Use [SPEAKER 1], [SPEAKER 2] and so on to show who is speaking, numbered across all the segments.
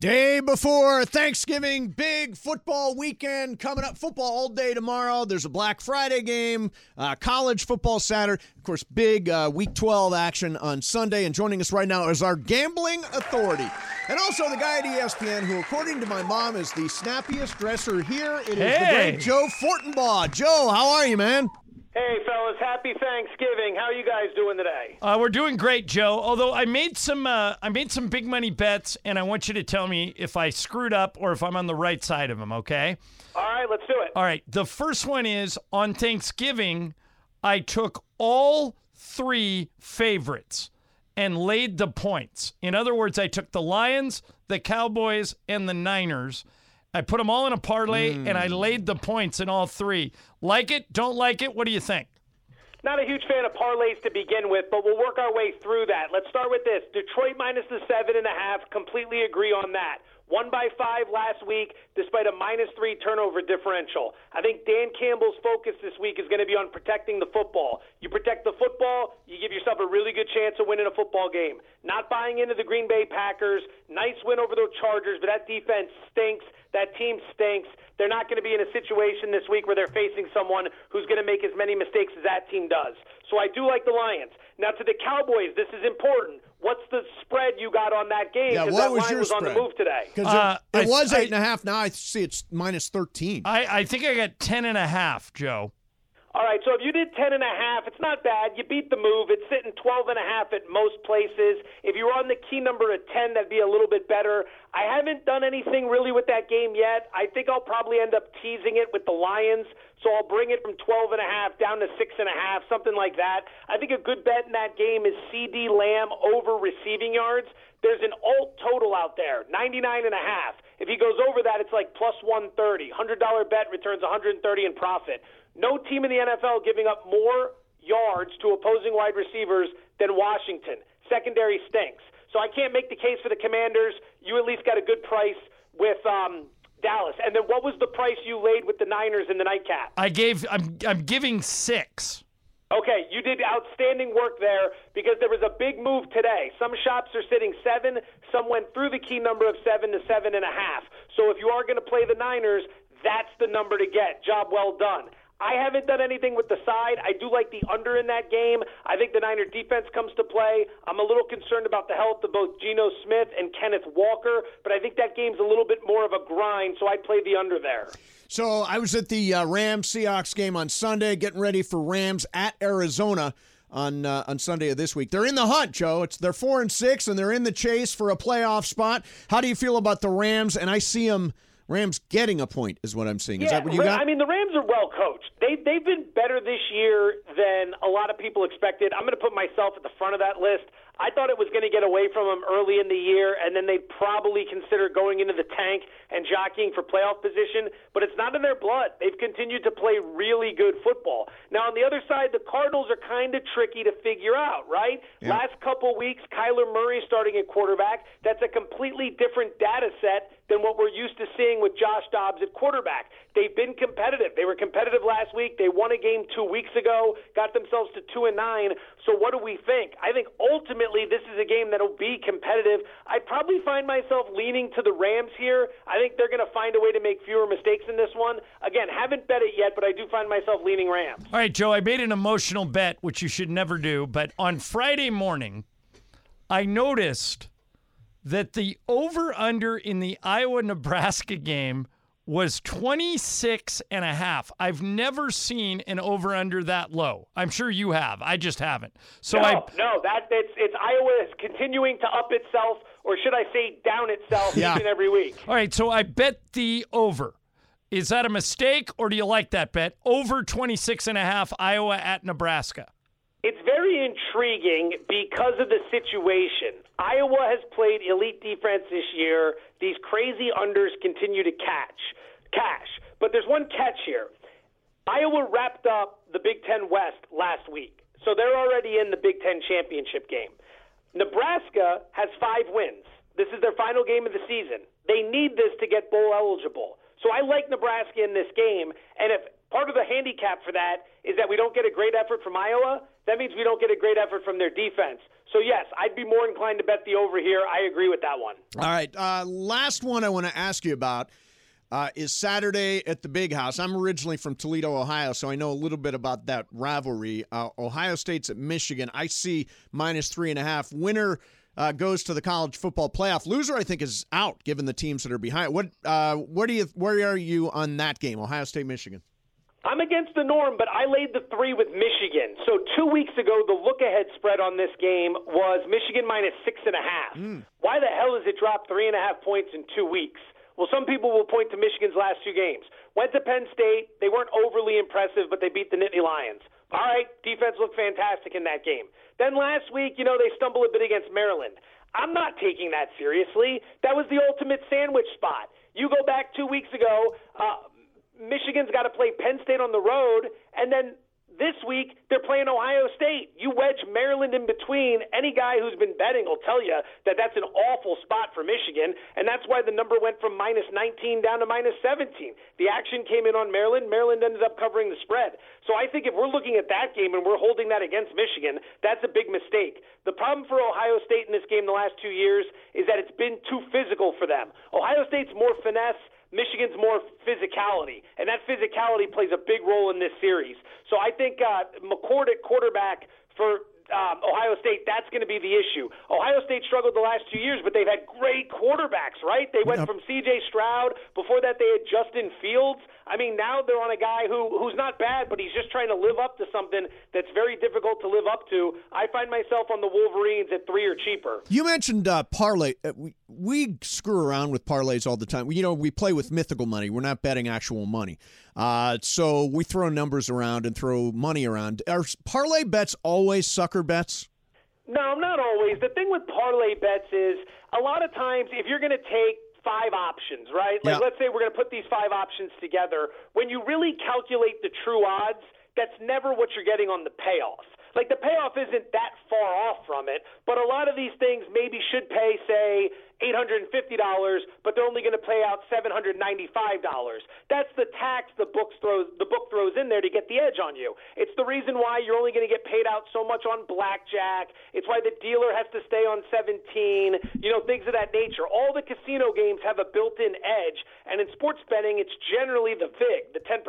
[SPEAKER 1] Day before Thanksgiving, big football weekend coming up. Football all day tomorrow. There's a Black Friday game, uh, college football Saturday. Of course, big uh, Week 12 action on Sunday. And joining us right now is our gambling authority. And also the guy at E ESPN who, according to my mom, is the snappiest dresser here. It is
[SPEAKER 2] Hey.
[SPEAKER 1] the great Joe Fortenbaugh. Joe, how are you, man?
[SPEAKER 3] Hey, fellas, happy Thanksgiving. How are you guys doing today?
[SPEAKER 2] Uh, we're doing great, Joe. Although I made some, uh, I made some big money bets, and I want you to tell me if I screwed up or if I'm on the right side of them. Okay.
[SPEAKER 3] All right, let's do it.
[SPEAKER 2] All right. The first one is on Thanksgiving. I took all three favorites and laid the points. In other words, I took the Lions, the Cowboys, and the Niners. I put them all in a parlay, and
[SPEAKER 3] Hmm.
[SPEAKER 2] I laid the points in all three. Like it? Don't like it? What do you think?
[SPEAKER 3] Not a huge fan of parlays to begin with, but we'll work our way through that. Let's start with this Detroit minus the seven and a half. Completely agree on that. One by five last week, despite a minus three turnover differential. I think Dan Campbell's focus this week is going to be on protecting the football. You protect the football, you give yourself a really good chance of winning a football game. Not buying into the Green Bay Packers. Nice win over the Chargers, but that defense stinks. That team stinks. They're not going to be in a situation this week where they're facing someone who's going to make as many mistakes as that team does. So I do like the Lions. Now to the Cowboys, this is important. What's the spread you got on that game?
[SPEAKER 1] Yeah,
[SPEAKER 3] 'Cause
[SPEAKER 1] what
[SPEAKER 3] that
[SPEAKER 1] was
[SPEAKER 3] line
[SPEAKER 1] your
[SPEAKER 3] was on the
[SPEAKER 1] spread?
[SPEAKER 3] move today.
[SPEAKER 1] Because
[SPEAKER 2] Uh,
[SPEAKER 1] it, it
[SPEAKER 2] I-
[SPEAKER 1] was
[SPEAKER 2] I-
[SPEAKER 1] eight and a half. Now I see it's minus 13.
[SPEAKER 2] I, I think I got 10 and a half, Joe.
[SPEAKER 3] All right, so if you did 10 and a half, it's not bad. You beat the move. It's sitting 12 and a half at most places. If you were on the key number of 10, that'd be a little bit better. I haven't done anything really with that game yet. I think I'll probably end up teasing it with the Lions, so I'll bring it from 12 and a half down to six and a half, something like that. I think a good bet in that game is CD Lamb over receiving yards. There's an alt total out there, 99 and a half. If he goes over that, it's like plus 130. $100 bet returns 130 in profit. No team in the NFL giving up more yards to opposing wide receivers than Washington. Secondary stinks. So I can't make the case for the Commanders. You at least got a good price with um, Dallas. And then what was the price you laid with the Niners in the nightcap?
[SPEAKER 2] I gave I'm I'm giving six.
[SPEAKER 3] Okay, you did outstanding work there because there was a big move today. Some shops are sitting seven, some went through the key number of seven to seven and a half. So if you are going to play the Niners, that's the number to get. Job well done. I haven't done anything with the side. I do like the under in that game. I think the Niner defense comes to play. I'm a little concerned about the health of both Geno Smith and Kenneth Walker, but I think that game's a little bit more of a grind, so I'd play the under there.
[SPEAKER 1] So I was at the uh, Rams Seahawks game on Sunday, getting ready for Rams at Arizona on uh, on Sunday of this week. They're in the hunt, Joe. It's they're four and six, and they're in the chase for a playoff spot. How do you feel about the Rams? And I see them Rams getting a point is what I'm seeing. is that what you
[SPEAKER 3] Ra-
[SPEAKER 1] got?
[SPEAKER 3] I mean, the Rams are well coached. They they've been better this year than a lot of people expected. I'm going to put myself at the front of that list. I thought it was going to get away from them early in the year, and then they'd probably consider going into the tank and jockeying for playoff position. But it's not in their blood. They've continued to play really good football. Now, on the other side, the Cardinals are kind of tricky to figure out, right? Last couple weeks, Kyler Murray starting at quarterback. That's a completely different data set than what we're used to seeing with Josh Dobbs at quarterback. They've been competitive. They were competitive last week. They won a game two weeks ago, got themselves to two and nine. So what do we think? I think ultimately this is a game that'll be competitive. I'd probably find myself leaning to the Rams here. I think they're going to find a way to make fewer mistakes in this one. Again, haven't bet it yet, but I do find myself leaning Rams.
[SPEAKER 2] All right, Joe, I made an emotional bet, which you should never do, but on Friday morning, I noticed that the over under in the Iowa Nebraska game was 26 and a half. I've never seen an over under that low. I'm sure you have. I just haven't. So
[SPEAKER 3] No,
[SPEAKER 2] I
[SPEAKER 3] no, that it's it's Iowa is continuing to up itself, or should I say down itself,
[SPEAKER 1] Yeah.
[SPEAKER 3] each and every week.
[SPEAKER 2] All right, so I bet the over. Is that a mistake or do you like that bet? Over 26 and a half Iowa at Nebraska.
[SPEAKER 3] It's very intriguing because of the situation. Iowa has played elite defense this year. These crazy unders continue to catch, cash. But there's one catch here. Iowa wrapped up the Big Ten West last week, so they're already in the Big Ten championship game. Nebraska has five wins. This is their final game of the season. They need this to get bowl eligible. So I like Nebraska in this game, and if Part of the handicap for that is that we don't get a great effort from Iowa. That means we don't get a great effort from their defense. So, yes, I'd be more inclined to bet the over here. I agree with that one.
[SPEAKER 1] All right. Uh, last one I want to ask you about uh, is Saturday at the Big House. I'm originally from Toledo, Ohio, so I know a little bit about that rivalry. Uh, Ohio State's at Michigan. I see minus three and a half. Winner uh, goes to the college football playoff. Loser, I think, is out given the teams that are behind. What? Uh, where do you? Where are you on that game? Ohio State, Michigan.
[SPEAKER 3] I'm against the norm, but I laid the three with Michigan. So two weeks ago, the look ahead spread on this game was Michigan minus six and a half.
[SPEAKER 2] Hmm.
[SPEAKER 3] Why the hell has it dropped three and a half points in two weeks? Well, some people will point to Michigan's last two games. Went to Penn State. They weren't overly impressive, but they beat the Nittany Lions. All right, defense looked fantastic in that game. Then last week, you know, they stumbled a bit against Maryland. I'm not taking that seriously. That was the ultimate sandwich spot. You go back two weeks ago, uh, Michigan's got to play Penn State on the road, and then this week they're playing Ohio State. You wedge Maryland in between. Any guy who's been betting will tell you that that's an awful spot for Michigan, and that's why the number went from minus 19 down to minus 17. The action came in on Maryland. Maryland ended up covering the spread. So I think if we're looking at that game and we're holding that against Michigan, that's a big mistake. The problem for Ohio State in this game the last two years is that it's been too physical for them. Ohio State's more finesse. Michigan's more physicality, and that physicality plays a big role in this series. So I think uh, McCord at quarterback for um, Ohio State, that's going to be the issue. Ohio State struggled the last two years, but they've had great quarterbacks, right? They went from C.J. Stroud. Before that, they had Justin Fields. I mean, now they're on a guy who who's not bad, but he's just trying to live up to something that's very difficult to live up to. I find myself on the Wolverines at three or cheaper.
[SPEAKER 1] You mentioned uh, parlay. Uh, we, we screw around with parlays all the time. You know, we play with mythical money. We're not betting actual money. Uh, so we throw numbers around and throw money around. Are parlay bets always sucker bets?
[SPEAKER 3] No, not always. The thing with parlay bets is a lot of times if you're going to take five options, right? Like
[SPEAKER 1] Yeah.
[SPEAKER 3] let's say we're going to put these five options together. When you really calculate the true odds, that's never what you're getting on the payoff. Like the payoff isn't that far off from it, but a lot of these things maybe should pay say $850, but they're only going to pay out $795. That's the tax the book throws the book throws in there to get the edge on you. It's the reason why you're only going to get paid out so much on blackjack. It's why the dealer has to stay on 17, you know, things of that nature. All the casino games have a built-in edge, and in sports betting it's generally the VIG, the 10%.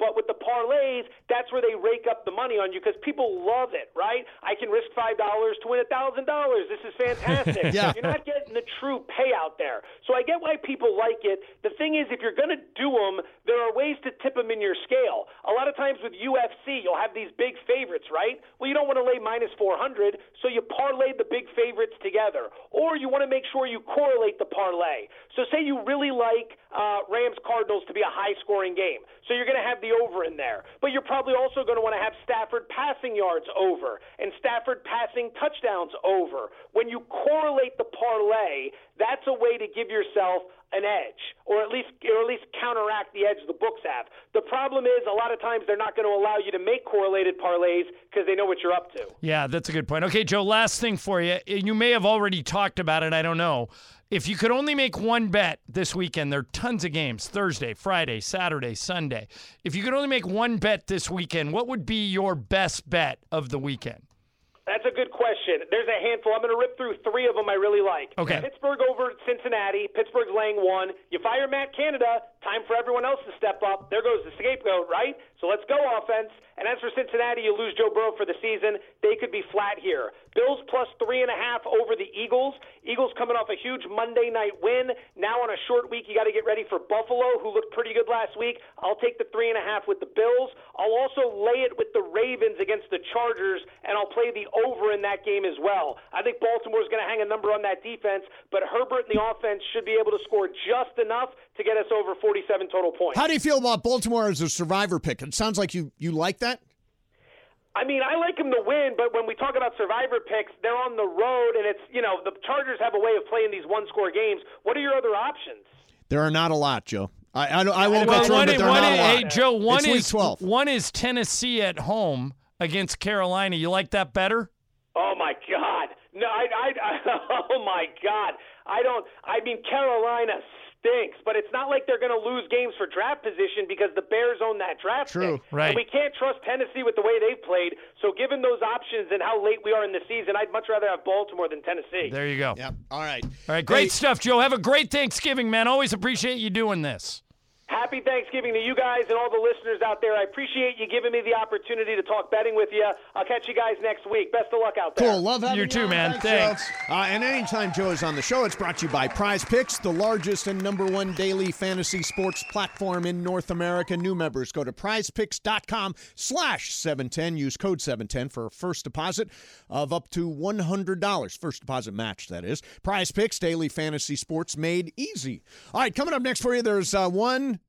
[SPEAKER 3] But with the parlays, that's where they rake up the money on you because people love it, right? I can risk $5 to win $1,000. This is fantastic.
[SPEAKER 1] Yeah.
[SPEAKER 3] You're not getting the true payout there. So I get why people like it. The thing is, if you're going to do them, there are ways to tip them in your scale. A lot of times with UFC, you'll have these big favorites, right? Well, you don't want to lay minus 400, so you parlay the big favorites together. Or you want to make sure you correlate the parlay. So say you really like uh, Rams Cardinals to be a high scoring game. So you're going to have the over in there. But you're probably also going to want to have Stafford passing yards over and Stafford passing touchdowns over. When you correlate the parlay, that's a way to give yourself an edge or at least or at least counteract the edge the books have. The problem is a lot of times they're not going to allow you to make correlated parlays because they know what you're up to.
[SPEAKER 2] Yeah, that's a good point. Okay, Joe, last thing for you. You may have already talked about it. I don't know. If you could only make one bet this weekend, there are tons of games Thursday, Friday, Saturday, Sunday. If you could only make one bet this weekend, what would be your best bet of the weekend?
[SPEAKER 3] That's a good question. There's a handful. I'm going to rip through three of them I really like.
[SPEAKER 2] Okay.
[SPEAKER 3] Pittsburgh over Cincinnati. Pittsburgh's laying one. You fire Matt Canada. Time for everyone else to step up. There goes the scapegoat, right? So let's go offense. And as for Cincinnati, you lose Joe Burrow for the season. They could be flat here. Bills plus three and a half over the Eagles. Eagles coming off a huge Monday night win. Now on a short week, you got to get ready for Buffalo, who looked pretty good last week. I'll take the three and a half with the Bills. I'll also lay it with the Ravens against the Chargers, and I'll play the over in that game as well. I think Baltimore's going to hang a number on that defense, but Herbert and the offense should be able to score just enough to get us over 47 total points.
[SPEAKER 1] How do you feel about Baltimore as a survivor pick? It sounds like you you like that.
[SPEAKER 3] I mean, I like them to win, but when we talk about survivor picks, they're on the road, and it's, you know, the Chargers have a way of playing these one score games. What are your other options?
[SPEAKER 1] There are not a lot, Joe. I I, don't, I won't go
[SPEAKER 2] Well,
[SPEAKER 1] through,
[SPEAKER 2] one,
[SPEAKER 1] them,
[SPEAKER 2] is-
[SPEAKER 1] but there are
[SPEAKER 2] one
[SPEAKER 1] not a
[SPEAKER 2] is-
[SPEAKER 1] lot.
[SPEAKER 2] hey, Joe, one
[SPEAKER 1] It's week
[SPEAKER 2] is
[SPEAKER 1] 12.
[SPEAKER 2] one is Tennessee at home against Carolina. You like that better?
[SPEAKER 3] Oh my God! No, I, I, I oh my God! I don't. I mean, Carolina stinks, but it's not like they're going to lose games for draft position because the Bears own that draft.
[SPEAKER 1] True,
[SPEAKER 3] pick.
[SPEAKER 2] right.
[SPEAKER 3] And we can't trust Tennessee with the way they've played. So, given those options and how late we are in the season, I'd much rather have Baltimore than Tennessee.
[SPEAKER 2] There you go.
[SPEAKER 1] Yep. All right.
[SPEAKER 2] All right, great
[SPEAKER 1] Hey,
[SPEAKER 2] stuff, Joe. Have a great Thanksgiving, man. Always appreciate you doing this.
[SPEAKER 3] Happy Thanksgiving to you guys and all the listeners out there. I appreciate you giving me the opportunity to talk betting with you. I'll catch you guys next week. Best of luck out there.
[SPEAKER 1] Cool. Love having
[SPEAKER 2] You too,
[SPEAKER 1] on.
[SPEAKER 2] man.
[SPEAKER 1] Thanks. Joe. Uh, and anytime Joe is on the show, it's brought to you by Prize Picks, the largest and number one daily fantasy sports platform in North America. New members go to prizepicks.com slash 710. Use code 710 for a first deposit of up to $100. First deposit match, that is. Prize Picks, daily fantasy sports made easy. All right, coming up next for you, there's uh, one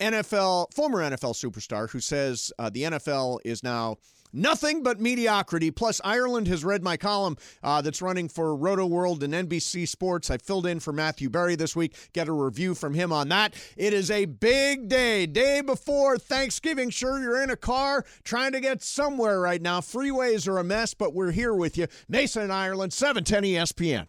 [SPEAKER 1] NFL former NFL superstar who says uh, the NFL is now nothing but mediocrity. Plus, Ireland has read my column uh, that's running for Roto World and NBC Sports. I filled in for Matthew Berry this week. Get a review from him on that. It is a big day, day before Thanksgiving. Sure, you're in a car trying to get somewhere right now. Freeways are a mess, but we're here with you. Mason in Ireland, E 710 ESPN.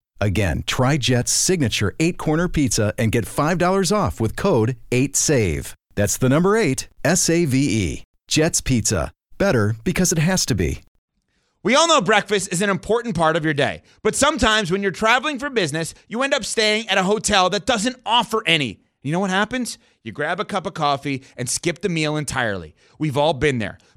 [SPEAKER 4] Again, try Jet's signature eight corner pizza and get $5 off with code 8SAVE. That's the number eight, S A V E. Jet's Pizza. Better because it has to be.
[SPEAKER 5] We all know breakfast is an important part of your day, but sometimes when you're traveling for business, you end up staying at a hotel that doesn't offer any. You know what happens? You grab a cup of coffee and skip the meal entirely. We've all been there.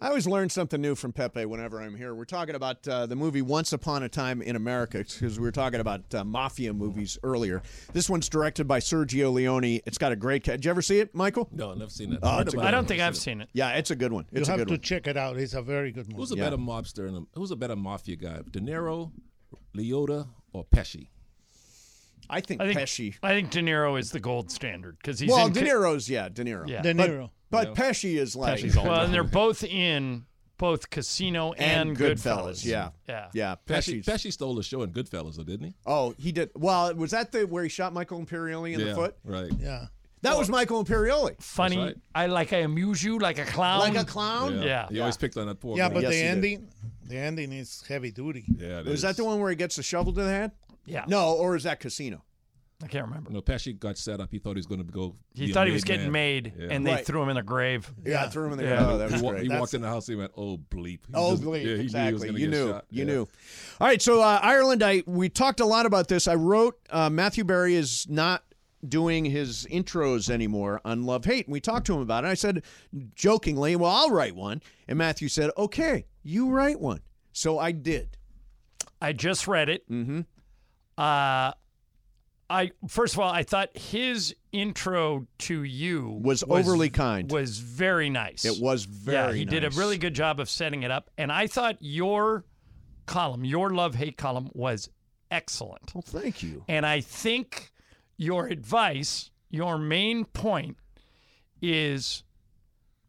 [SPEAKER 1] I always learn something new from Pepe whenever I'm here. We're talking about uh, the movie Once Upon a Time in America because we were talking about uh, mafia movies earlier. This one's directed by Sergio Leone. It's got a great. Ca- Did you ever see it, Michael?
[SPEAKER 6] No, I've never seen that.
[SPEAKER 7] Ah,
[SPEAKER 1] it's a good
[SPEAKER 2] I don't think I've seen it.
[SPEAKER 1] Yeah, it's a good one.
[SPEAKER 7] You
[SPEAKER 1] It's a
[SPEAKER 7] have
[SPEAKER 1] good
[SPEAKER 7] to
[SPEAKER 1] one.
[SPEAKER 7] check it out. It's a very good movie.
[SPEAKER 6] Who's a better mobster and a, who's a better mafia guy, De Niro, Leota, or Pesci?
[SPEAKER 1] I think,
[SPEAKER 2] I think
[SPEAKER 1] Pesci.
[SPEAKER 2] I think De Niro is the gold standard because he's
[SPEAKER 1] Well,
[SPEAKER 2] in
[SPEAKER 1] De Niro's yeah, De Niro.
[SPEAKER 2] Yeah.
[SPEAKER 7] De
[SPEAKER 1] But,
[SPEAKER 7] Niro.
[SPEAKER 1] but Pesci is like
[SPEAKER 6] Pesci's all
[SPEAKER 2] Well, and
[SPEAKER 6] time.
[SPEAKER 2] they're both in both Casino and,
[SPEAKER 1] and Goodfellas. Yeah,
[SPEAKER 2] Yeah.
[SPEAKER 1] yeah.
[SPEAKER 6] Pesci,
[SPEAKER 1] Pesci's-
[SPEAKER 6] Pesci stole a show in Goodfellas, though, didn't he?
[SPEAKER 1] Oh, he did. Well, was that the where he shot Michael Imperioli in
[SPEAKER 6] yeah,
[SPEAKER 1] the foot?
[SPEAKER 6] Right.
[SPEAKER 7] Yeah.
[SPEAKER 1] That was Michael Imperioli,
[SPEAKER 2] Funny.
[SPEAKER 6] That's right.
[SPEAKER 2] I like I amuse you like a clown.
[SPEAKER 1] like a clown.
[SPEAKER 2] Yeah.
[SPEAKER 6] He always picked on that poor
[SPEAKER 7] Yeah,
[SPEAKER 6] guy.
[SPEAKER 7] but
[SPEAKER 1] Yes,
[SPEAKER 7] the
[SPEAKER 1] he did.
[SPEAKER 7] ending, the ending is heavy duty.
[SPEAKER 6] yeah, it
[SPEAKER 1] Was that
[SPEAKER 6] is.
[SPEAKER 1] the one where he gets a shovel to the head?
[SPEAKER 2] Yeah.
[SPEAKER 1] No, or is that Casino?
[SPEAKER 2] I can't remember.
[SPEAKER 6] No, Pesci got set up. He thought he was going to go.
[SPEAKER 2] He
[SPEAKER 6] be a
[SPEAKER 2] thought he was getting
[SPEAKER 6] man.
[SPEAKER 2] made,
[SPEAKER 6] Yeah.
[SPEAKER 2] and they
[SPEAKER 1] Right.
[SPEAKER 2] threw him in the grave.
[SPEAKER 1] Yeah, I threw him in the
[SPEAKER 2] Yeah.
[SPEAKER 1] Oh, that
[SPEAKER 6] he,
[SPEAKER 1] was
[SPEAKER 6] wa-
[SPEAKER 1] great.
[SPEAKER 6] he
[SPEAKER 1] That's-
[SPEAKER 6] walked in the house. He went, "Oh bleep." He
[SPEAKER 1] Oh,
[SPEAKER 6] just-
[SPEAKER 1] bleep.
[SPEAKER 6] yeah, he knew he was
[SPEAKER 1] exactly.
[SPEAKER 6] gonna
[SPEAKER 1] you
[SPEAKER 6] get
[SPEAKER 1] knew.
[SPEAKER 6] shot.
[SPEAKER 1] You
[SPEAKER 6] Yeah.
[SPEAKER 1] knew. All right. So uh, Ireland, I we talked a lot about this. I wrote uh, Matthew Berry is not doing his intros anymore on Love Hate. And we talked to him about it. I said jokingly, "Well, I'll write one." And Matthew said, "Okay, you write one." So I did.
[SPEAKER 2] I just read it. Mm-hmm. Uh, I first of all, I thought his intro to you
[SPEAKER 1] Was overly kind.
[SPEAKER 2] Was very nice.
[SPEAKER 1] It was very.
[SPEAKER 2] yeah, he did a
[SPEAKER 1] nice.
[SPEAKER 2] really good job of setting it up, and I thought your column, your love hate column, was excellent.
[SPEAKER 1] Well, thank you.
[SPEAKER 2] And I think your advice, your main point, is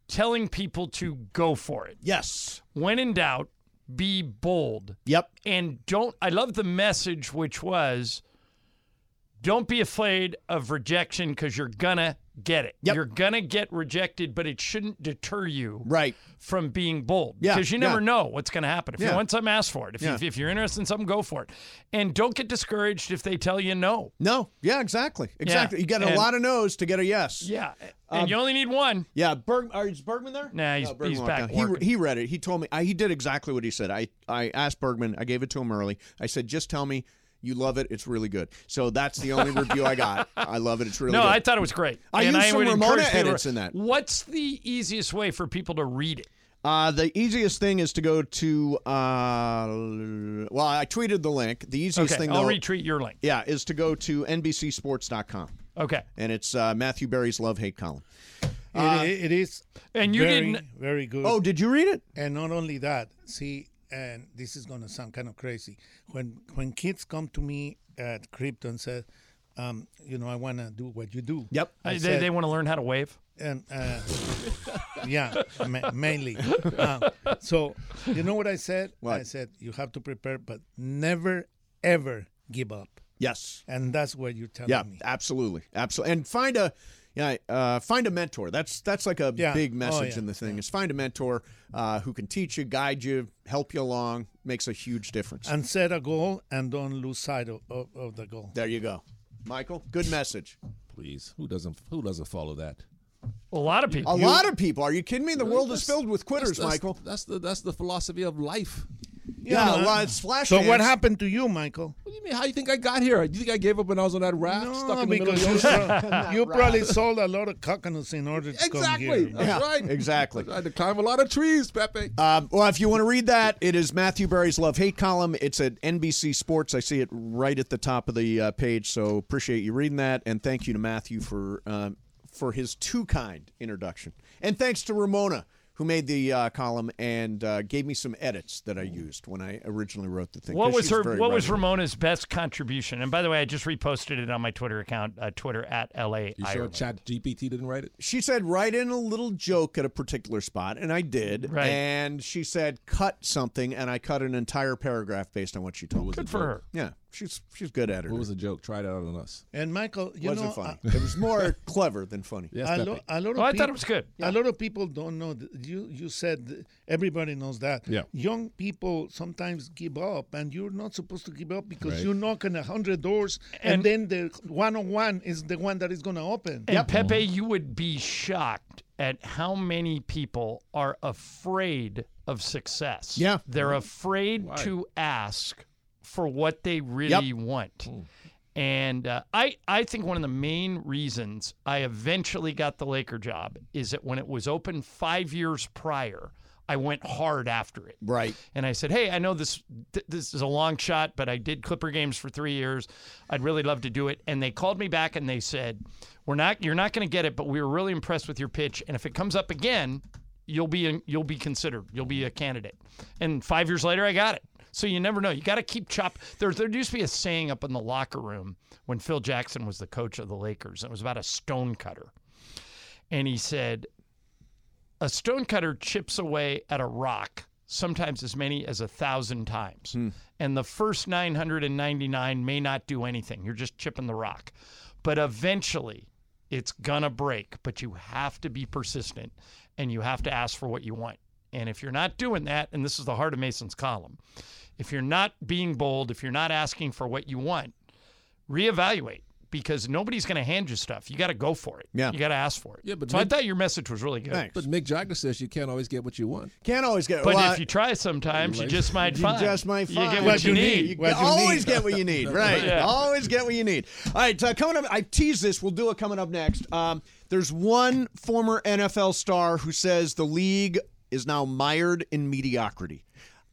[SPEAKER 2] telling people to go for it.
[SPEAKER 1] Yes.
[SPEAKER 2] When in doubt, be bold
[SPEAKER 1] Yep.
[SPEAKER 2] and don't I love the message which was don't be afraid of rejection cuz you're gonna get it.
[SPEAKER 1] Yep.
[SPEAKER 2] You're gonna get rejected but it shouldn't deter you
[SPEAKER 1] Right.
[SPEAKER 2] from being bold
[SPEAKER 1] Yeah,
[SPEAKER 2] because you
[SPEAKER 1] yeah.
[SPEAKER 2] never know what's going to happen. If
[SPEAKER 1] Yeah.
[SPEAKER 2] you want something ask for it. If,
[SPEAKER 1] Yeah.
[SPEAKER 2] you, if you're interested in something go for it. And don't get discouraged if they tell you no.
[SPEAKER 1] No. Yeah. Exactly. Exactly. You get a
[SPEAKER 2] and-
[SPEAKER 1] lot of no's to get a yes. Uh,
[SPEAKER 2] Yeah. And you only need one.
[SPEAKER 1] Yeah, Berg, are, is Bergman there? Oh,
[SPEAKER 2] Nah, he's-
[SPEAKER 1] Bergman
[SPEAKER 2] he's
[SPEAKER 1] walked
[SPEAKER 2] back
[SPEAKER 1] out. He, re-
[SPEAKER 2] working.
[SPEAKER 1] he read it. He told me. I, he did exactly what he said. I, I asked Bergman. I gave it to him early. I said, just tell me you love it. It's really good. So that's the only review I got. I love it. It's really
[SPEAKER 2] No,
[SPEAKER 1] good.
[SPEAKER 2] I thought it was great.
[SPEAKER 1] I
[SPEAKER 2] and
[SPEAKER 1] used
[SPEAKER 2] I
[SPEAKER 1] some
[SPEAKER 2] would
[SPEAKER 1] Ramona
[SPEAKER 2] encourage people-
[SPEAKER 1] edits in that.
[SPEAKER 2] What's the easiest way for people to read it?
[SPEAKER 1] Uh, the easiest thing is to go to. Uh, well, I tweeted the link. The easiest
[SPEAKER 2] Okay,
[SPEAKER 1] thing,
[SPEAKER 2] I'll
[SPEAKER 1] though,
[SPEAKER 2] retweet your link.
[SPEAKER 1] yeah, is to go to NBCSports.com.
[SPEAKER 2] Okay.
[SPEAKER 1] and it's uh, Matthew Berry's love hate column.
[SPEAKER 7] It- it is
[SPEAKER 2] Ah. And you
[SPEAKER 7] very,
[SPEAKER 2] didn't.
[SPEAKER 7] very good.
[SPEAKER 1] Oh, did you read it?
[SPEAKER 7] And not only that, see, and this is going to sound kind of crazy. When when kids come to me at Crypto and say, um, you know, I want to do what you do.
[SPEAKER 1] Yep.
[SPEAKER 7] I
[SPEAKER 2] they,
[SPEAKER 7] said-
[SPEAKER 2] they want to learn how to wave.
[SPEAKER 7] and uh, yeah, ma- mainly. Uh, so you know what I said?
[SPEAKER 1] What?
[SPEAKER 7] I said you have to prepare, but never ever give up,
[SPEAKER 1] Yes.
[SPEAKER 7] and that's what you're telling
[SPEAKER 1] Yeah.
[SPEAKER 7] me.
[SPEAKER 1] Absolutely. Absolutely. And find a yeah, uh, find a mentor. That's that's like a
[SPEAKER 7] Yeah.
[SPEAKER 1] big
[SPEAKER 7] Oh,
[SPEAKER 1] message
[SPEAKER 7] yeah.
[SPEAKER 1] in the thing is find a mentor uh, who can teach you, guide you, help you along. Makes a huge difference.
[SPEAKER 7] And set a goal and don't lose sight of, of, of the goal.
[SPEAKER 1] there you go, Michael. Good message.
[SPEAKER 6] Please, who doesn't who doesn't follow that?
[SPEAKER 2] A lot of people.
[SPEAKER 1] A lot of people. Are you kidding me? The world is
[SPEAKER 6] That's-
[SPEAKER 1] filled with quitters,
[SPEAKER 6] that's, that's-
[SPEAKER 1] Michael.
[SPEAKER 6] That's the that's the philosophy of life.
[SPEAKER 1] Yeah,
[SPEAKER 7] Yeah.
[SPEAKER 1] a lot. It's flash.
[SPEAKER 7] So what
[SPEAKER 1] dance.
[SPEAKER 7] happened to you, Michael?
[SPEAKER 6] What do you mean? How do you think I got here? Do you think I gave up when I was on that raft stuck in the middle of
[SPEAKER 7] because
[SPEAKER 6] the
[SPEAKER 7] you,
[SPEAKER 6] ocean?
[SPEAKER 7] pro- you probably sold a lot of coconuts in order to come
[SPEAKER 6] Exactly.
[SPEAKER 7] here.
[SPEAKER 6] That's
[SPEAKER 1] Yeah,
[SPEAKER 6] right.
[SPEAKER 1] exactly.
[SPEAKER 6] I had to climb a lot of trees, Pepe.
[SPEAKER 1] Um, well, if you want to read that, it is Matthew Berry's Love Hate column. It's at NBC Sports. I see it right at the top of the uh, page. So appreciate you reading that, and thank you to Matthew for um, for his too kind introduction, and thanks to Ramona who made the uh, column and uh, gave me some edits that I used when I originally wrote the thing.
[SPEAKER 2] What
[SPEAKER 1] 'cause
[SPEAKER 2] was
[SPEAKER 1] she's
[SPEAKER 2] her?
[SPEAKER 1] very
[SPEAKER 2] What was
[SPEAKER 1] writerly.
[SPEAKER 2] Ramona's best contribution? And by the way, I just reposted it on my Twitter account, uh, Twitter at la.
[SPEAKER 6] You sure
[SPEAKER 2] Ireland.
[SPEAKER 6] Chat GPT didn't write it?
[SPEAKER 1] She said, "Write in a little joke at a particular spot," and I did.
[SPEAKER 2] Right.
[SPEAKER 1] And she said, "Cut something," and I cut an entire paragraph based on what she told me.
[SPEAKER 2] Good for her.
[SPEAKER 1] Yeah, she's she's good at it.
[SPEAKER 6] What was the joke? Try it out on us.
[SPEAKER 7] And Michael, you
[SPEAKER 1] wasn't
[SPEAKER 7] know,
[SPEAKER 1] funny. it was more clever than funny.
[SPEAKER 6] Yes,
[SPEAKER 7] a, a,
[SPEAKER 6] Pepe.
[SPEAKER 7] lo- a lot of
[SPEAKER 2] Oh, I thought
[SPEAKER 7] peop-
[SPEAKER 2] it was good.
[SPEAKER 7] A lot of people don't know. th- You you said th- everybody knows that.
[SPEAKER 6] Yeah.
[SPEAKER 7] Young people sometimes give up, and you're not supposed to give up because
[SPEAKER 6] Right.
[SPEAKER 7] you knock on a hundred doors, and, then the one on one is the one that is going to open.
[SPEAKER 2] And Pepe, you would be shocked at how many people are afraid of success.
[SPEAKER 1] Yeah.
[SPEAKER 2] They're afraid to ask for what they really want. And uh, I, I think one of the main reasons I eventually got the Laker job is that when it was open five years prior, I went hard after it
[SPEAKER 1] Right.
[SPEAKER 2] and I said, "Hey, I know this th- this is a long shot, but I did Clipper games for 3 years. I'd really love to do it." And they called me back and they said, "We're not you're not going to get it, but we were really impressed with your pitch, and if it comes up again, you'll be in, you'll be considered. You'll be a candidate." And 5 years later, I got it. So you never know. You got to keep chop. There, there used to be a saying up in the locker room when Phil Jackson was the coach of the Lakers. It was about a stonecutter, and he said, a stonecutter chips away at a rock sometimes as many as a thousand times. And the first 999 may not do anything. You're just chipping the rock. But eventually it's going to break. But you have to be persistent and you have to ask for what you want. And if you're not doing that, and this is the heart of Mason's column, if you're not being bold, if you're not asking for what you want, reevaluate because nobody's going to hand you stuff. You got to go for it.
[SPEAKER 1] Yeah.
[SPEAKER 2] You got to ask for it.
[SPEAKER 6] Yeah, but
[SPEAKER 2] so
[SPEAKER 6] mid-
[SPEAKER 2] I thought your message was really good.
[SPEAKER 1] Thanks.
[SPEAKER 6] But Mick Jagger says you can't always get what you want.
[SPEAKER 1] Can't always get.
[SPEAKER 2] But
[SPEAKER 1] well,
[SPEAKER 2] if you try sometimes, you just might
[SPEAKER 1] you
[SPEAKER 2] find.
[SPEAKER 1] just might find
[SPEAKER 2] You get what, you need.
[SPEAKER 1] You
[SPEAKER 7] What you
[SPEAKER 1] always
[SPEAKER 7] need.
[SPEAKER 1] get what you need, right?
[SPEAKER 2] Yeah.
[SPEAKER 1] Always get what you need. All right, uh, coming up, I teased this. We'll do it coming up next. Um, there's one former NFL star who says the league is now mired in mediocrity.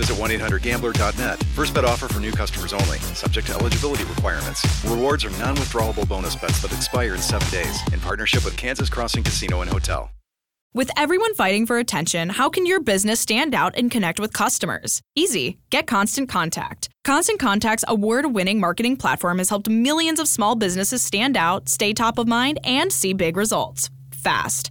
[SPEAKER 4] visit 1 800 Gambler.net. First bet offer for new customers only, subject to eligibility requirements. Rewards are non withdrawable bonus bets that expire in seven days in partnership with Kansas Crossing Casino and Hotel.
[SPEAKER 8] With everyone fighting for attention, how can your business stand out and connect with customers? Easy. Get Constant Contact. Constant Contact's award winning marketing platform has helped millions of small businesses stand out, stay top of mind, and see big results fast.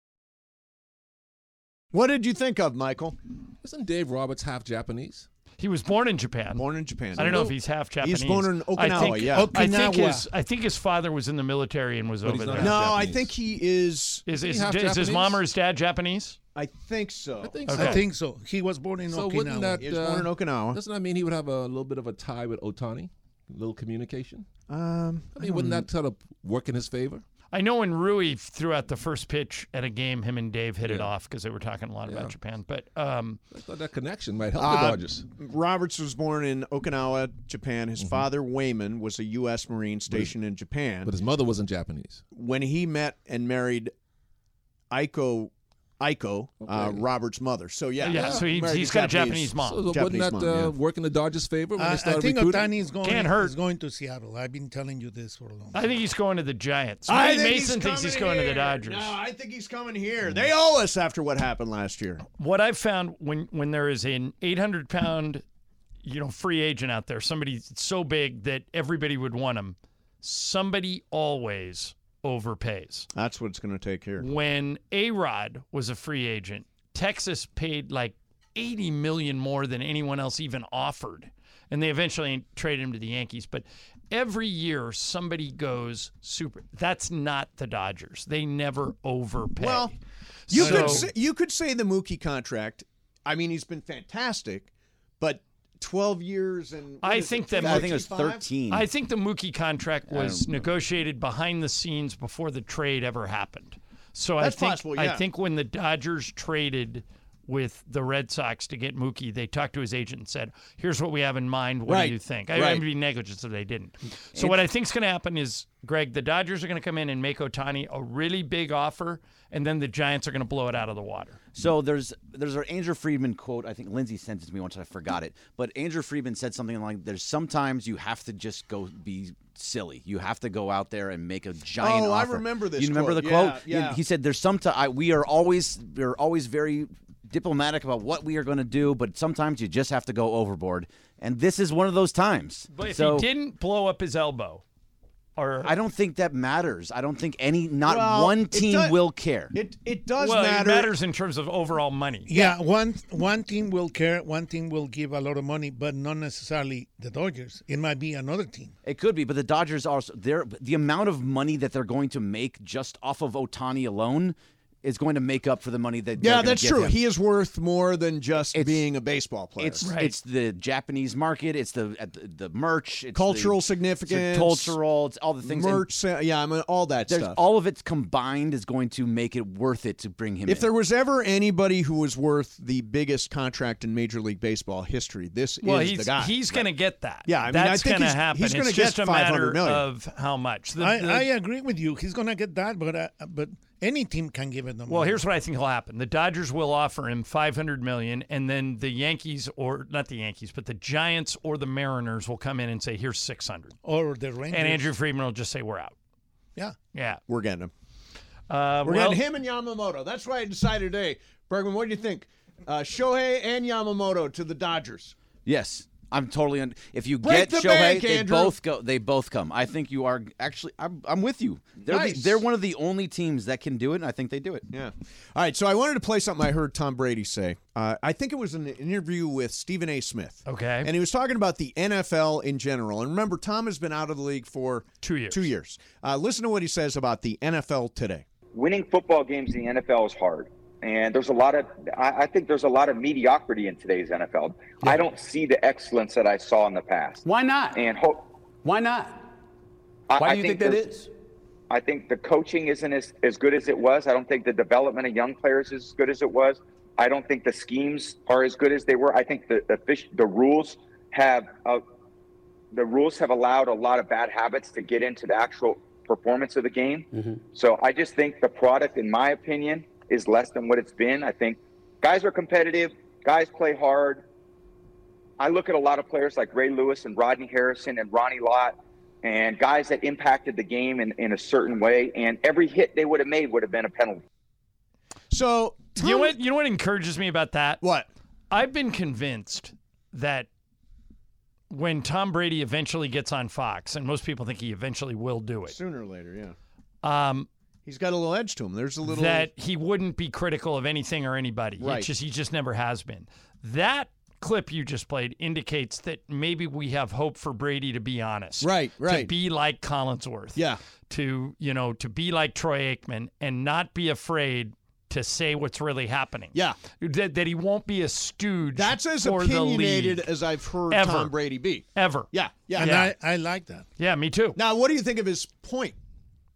[SPEAKER 1] What did you think of, Michael?
[SPEAKER 6] Isn't Dave Roberts half Japanese?
[SPEAKER 2] He was born in Japan.
[SPEAKER 1] Born in Japan.
[SPEAKER 2] I don't know if he's half Japanese.
[SPEAKER 1] He's born in
[SPEAKER 2] I think-
[SPEAKER 1] Okinawa, yeah.
[SPEAKER 2] I think
[SPEAKER 7] Okinawa.
[SPEAKER 2] his I think his father was in the military and was
[SPEAKER 6] But he's
[SPEAKER 2] over
[SPEAKER 6] not
[SPEAKER 2] there.
[SPEAKER 6] half-
[SPEAKER 1] No, I
[SPEAKER 6] Japanese.
[SPEAKER 1] think he is.
[SPEAKER 2] Is is,
[SPEAKER 6] half
[SPEAKER 2] is his mom
[SPEAKER 6] Japanese?
[SPEAKER 2] or his dad Japanese?
[SPEAKER 1] I think so.
[SPEAKER 6] I think
[SPEAKER 2] Okay.
[SPEAKER 6] so.
[SPEAKER 7] I think so. He was born in
[SPEAKER 6] So
[SPEAKER 7] Okinawa.
[SPEAKER 6] wouldn't that
[SPEAKER 1] He was born in
[SPEAKER 6] uh,
[SPEAKER 1] Okinawa.
[SPEAKER 6] Doesn't that mean he would have a little bit of a tie with Otani? A little communication?
[SPEAKER 1] Um,
[SPEAKER 6] I mean, wouldn't that sort of work in his favor?
[SPEAKER 2] I know when Rui threw out the first pitch at a game, him and Dave hit it off because they were talking a lot about Japan. But um,
[SPEAKER 6] I thought that connection might help the
[SPEAKER 1] Uh,
[SPEAKER 6] Dodgers.
[SPEAKER 1] Roberts was born in Okinawa, Japan.
[SPEAKER 6] Mm-hmm.
[SPEAKER 1] His father, Wayman, was a U.S. Marine stationed in Japan.
[SPEAKER 6] But his mother wasn't Japanese.
[SPEAKER 1] when he met and married Aiko, Aiko, uh, Robert's mother. So yeah,
[SPEAKER 2] yeah, so he,
[SPEAKER 1] married
[SPEAKER 2] he's got a
[SPEAKER 1] Japanese.
[SPEAKER 2] Japanese mom.
[SPEAKER 6] So
[SPEAKER 1] Japanese
[SPEAKER 6] wouldn't that
[SPEAKER 1] mom,
[SPEAKER 6] uh,
[SPEAKER 1] yeah.
[SPEAKER 6] work in the Dodgers' favor when
[SPEAKER 7] I,
[SPEAKER 6] they
[SPEAKER 7] I
[SPEAKER 6] started
[SPEAKER 7] think
[SPEAKER 6] recruiting?
[SPEAKER 7] Otani is going,
[SPEAKER 2] Can't hurt.
[SPEAKER 7] is going to Seattle. I've been telling you this for a long time.
[SPEAKER 2] I think he's going to the Giants.
[SPEAKER 1] I
[SPEAKER 2] Matty
[SPEAKER 1] think
[SPEAKER 2] Mason thinks he's going
[SPEAKER 1] coming
[SPEAKER 2] to the
[SPEAKER 1] here.
[SPEAKER 2] Dodgers.
[SPEAKER 1] No, I think he's coming here. They owe us after what happened last year.
[SPEAKER 2] what I've found when when there is an 800 pound, you know, free agent out there, somebody so big that everybody would want him, somebody always overpays.
[SPEAKER 1] That's what it's going to take here.
[SPEAKER 2] When A Rod was a free agent, Texas paid like 80 million more than anyone else even offered, and they eventually traded him to the Yankees. But every year somebody goes super. That's not the Dodgers. They never overpay.
[SPEAKER 1] Well, You
[SPEAKER 2] So-
[SPEAKER 1] could say, you could say the Mookie contract. I mean, he's been fantastic, but twelve years and what
[SPEAKER 2] I
[SPEAKER 1] is
[SPEAKER 2] think
[SPEAKER 1] it,
[SPEAKER 2] that-
[SPEAKER 9] I think it was
[SPEAKER 1] 55?
[SPEAKER 9] 13.
[SPEAKER 2] I think the Mookie contract was negotiated behind the scenes before the trade ever happened. So
[SPEAKER 1] That's
[SPEAKER 2] I think
[SPEAKER 1] possible,
[SPEAKER 2] I
[SPEAKER 1] yeah.
[SPEAKER 2] think when the Dodgers traded with the Red Sox to get Mookie, they talked to his agent and said, "Here's what we have in mind. What
[SPEAKER 1] Right,
[SPEAKER 2] do you think?" I,
[SPEAKER 1] right.
[SPEAKER 2] I'd be negligent if they didn't. So what I think is going to happen is, Greg, the Dodgers are going to come in and make Otani a really big offer, and then the Giants are going to blow it out of the water.
[SPEAKER 9] So there's there's an Andrew Friedman quote. I think Lindsay sent it to me once. I forgot it, but Andrew Friedman said something like, "There's sometimes you have to just go be silly. You have to go out there and make a giant."
[SPEAKER 1] Oh, I
[SPEAKER 9] offer."
[SPEAKER 1] remember this
[SPEAKER 9] You remember
[SPEAKER 1] quote.
[SPEAKER 9] the
[SPEAKER 1] Yeah,
[SPEAKER 9] quote? You-
[SPEAKER 1] yeah.
[SPEAKER 9] He said, "There's sometimes we are always we're always very." Diplomatic about what we are going to do, but sometimes you just have to go overboard, and this is one of those times.
[SPEAKER 2] But if
[SPEAKER 9] so
[SPEAKER 2] he didn't blow up his elbow, or
[SPEAKER 9] I don't think that matters. I don't think any, not
[SPEAKER 1] Well,
[SPEAKER 9] one
[SPEAKER 1] it
[SPEAKER 9] team
[SPEAKER 1] does-
[SPEAKER 9] will care.
[SPEAKER 1] It it does
[SPEAKER 2] well,
[SPEAKER 1] matter.
[SPEAKER 2] it matters in terms of overall money.
[SPEAKER 7] Yeah, one one team will care, one team will give a lot of money, but not necessarily the Dodgers. It might be another team.
[SPEAKER 9] It could be, but the Dodgers also they're the amount of money that they're going to make just off of Otani alone is going to make up for the money that they're
[SPEAKER 1] Yeah,
[SPEAKER 9] gonna
[SPEAKER 1] that's
[SPEAKER 9] give
[SPEAKER 1] true.
[SPEAKER 9] him.
[SPEAKER 1] He is worth more than just
[SPEAKER 9] It's-
[SPEAKER 1] being a baseball player.
[SPEAKER 9] It's
[SPEAKER 2] Right.
[SPEAKER 9] it's the Japanese market. It's the at the, the merch. It's
[SPEAKER 1] Cultural
[SPEAKER 9] the,
[SPEAKER 1] significance,
[SPEAKER 9] Cultural. It's all the things. and
[SPEAKER 1] merch. sa- Yeah, I mean, all that
[SPEAKER 9] There's
[SPEAKER 1] stuff.
[SPEAKER 9] all of it's combined is going to make it worth it to bring him.
[SPEAKER 1] if
[SPEAKER 9] in.
[SPEAKER 1] there was ever anybody who was worth the biggest contract in Major League Baseball history, this
[SPEAKER 2] Well,
[SPEAKER 1] is
[SPEAKER 2] he's
[SPEAKER 1] the guy.
[SPEAKER 2] he's going to get that.
[SPEAKER 1] Yeah, I mean, I
[SPEAKER 2] that's
[SPEAKER 1] think
[SPEAKER 2] going to
[SPEAKER 1] he's-
[SPEAKER 2] happen.
[SPEAKER 1] he's
[SPEAKER 2] it's
[SPEAKER 1] gonna
[SPEAKER 2] just
[SPEAKER 1] get
[SPEAKER 2] a matter
[SPEAKER 1] 500 million.
[SPEAKER 2] of how much. The-
[SPEAKER 7] I,
[SPEAKER 2] the-
[SPEAKER 7] I agree with you. He's gonna get that, but uh, but any team can give it. the
[SPEAKER 2] well,
[SPEAKER 7] money.
[SPEAKER 2] here's what I think will happen: the Dodgers will offer him 500 million, and then the Yankees, or not the Yankees, but the Giants or the Mariners will come in and say, "Here's 600,"
[SPEAKER 7] or the Rangers.
[SPEAKER 2] and Andrew Friedman will just say, "We're out."
[SPEAKER 7] Yeah.
[SPEAKER 2] Yeah,
[SPEAKER 1] We're getting him.
[SPEAKER 2] uh,
[SPEAKER 1] We're
[SPEAKER 2] well,
[SPEAKER 1] getting him and Yamamoto. That's why I decided today. Bergman, what do you think? Uh, Shohei and Yamamoto to the Dodgers.
[SPEAKER 9] Yes, I'm totally. Un- if you get
[SPEAKER 1] Break the
[SPEAKER 9] Shohei,
[SPEAKER 1] bank,
[SPEAKER 9] they
[SPEAKER 1] Andrew.
[SPEAKER 9] both go. They both come. I think you are actually. I'm, I'm with you. They're the-
[SPEAKER 1] Nice.
[SPEAKER 9] they're one of the only teams that can do it, and I think they do it.
[SPEAKER 1] Yeah. All right. So I wanted to play something I heard Tom Brady say. Uh, I think it was in an interview with Stephen A. Smith.
[SPEAKER 2] Okay.
[SPEAKER 1] And he was talking about the NFL in general. And remember, Tom has been out of the league for
[SPEAKER 2] Two years.
[SPEAKER 1] Two years. Uh, listen to what he says about the NFL today.
[SPEAKER 10] winning football games in the NFL is hard. And there's a lot of, I, I think there's a lot of mediocrity in today's NFL. I don't see the excellence that I saw in the past.
[SPEAKER 11] Why not?
[SPEAKER 10] And ho-
[SPEAKER 11] Why not?
[SPEAKER 10] I,
[SPEAKER 11] Why
[SPEAKER 10] I
[SPEAKER 11] do you think, that
[SPEAKER 10] there's-
[SPEAKER 11] is?
[SPEAKER 10] I think the coaching isn't as, as good as it was. I don't think the development of young players is as good as it was. I don't think the schemes are as good as they were. I think the the, fish, the rules have uh, the rules have allowed a lot of bad habits to get into the actual performance of the game. So I just think the product, in my opinion, is less than what it's been. I think guys are competitive. Guys play hard. I look at a lot of players like Ray Lewis and Rodney Harrison and Ronnie Lott and guys that impacted the game in, in a certain way. And every hit they would have made would have been a penalty.
[SPEAKER 1] So Tom,
[SPEAKER 2] you know what? You know what encourages me about that?
[SPEAKER 1] What?
[SPEAKER 2] I've been convinced that when Tom Brady eventually gets on Fox, and most people think he eventually will do it,
[SPEAKER 1] Sooner or later, yeah.
[SPEAKER 2] um,
[SPEAKER 1] He's got a little edge to him. There's a little.
[SPEAKER 2] that he wouldn't be critical of anything or anybody. It's
[SPEAKER 1] Right.
[SPEAKER 2] just he just never has been. That clip you just played indicates that maybe we have hope for Brady to be honest.
[SPEAKER 1] Right,
[SPEAKER 2] To
[SPEAKER 1] right.
[SPEAKER 2] be like Collinsworth.
[SPEAKER 1] yeah.
[SPEAKER 2] To, you know, to be like Troy Aikman and not be afraid to say what's really happening.
[SPEAKER 1] Yeah.
[SPEAKER 2] That, that he won't be a stooge.
[SPEAKER 1] That's as
[SPEAKER 2] for the
[SPEAKER 1] opinionated
[SPEAKER 2] league
[SPEAKER 1] as I've heard
[SPEAKER 2] Ever.
[SPEAKER 1] Tom Brady be.
[SPEAKER 2] ever.
[SPEAKER 1] Yeah. Yeah.
[SPEAKER 7] and
[SPEAKER 2] Yeah.
[SPEAKER 7] I, I like that.
[SPEAKER 2] Yeah, me too.
[SPEAKER 1] Now, what do you think of his point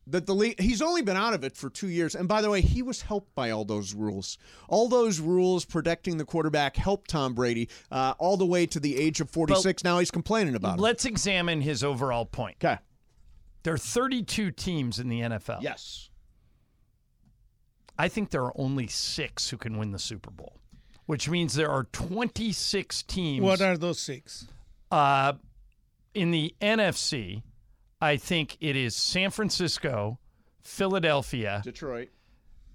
[SPEAKER 1] that the league? He's only been out of it for two years, and by the way, he was helped by all those rules. All those rules protecting the quarterback helped Tom Brady uh, all the way to the age of forty-six. now he's complaining about it.
[SPEAKER 2] Let's examine his overall point.
[SPEAKER 1] Okay.
[SPEAKER 2] There are 32 teams in the NFL.
[SPEAKER 1] Yes.
[SPEAKER 2] I think there are only six who can win the Super Bowl, which means there are 26 teams
[SPEAKER 7] What are those six?
[SPEAKER 2] uh, in the NFC. I think it is San Francisco, Philadelphia.
[SPEAKER 1] Detroit.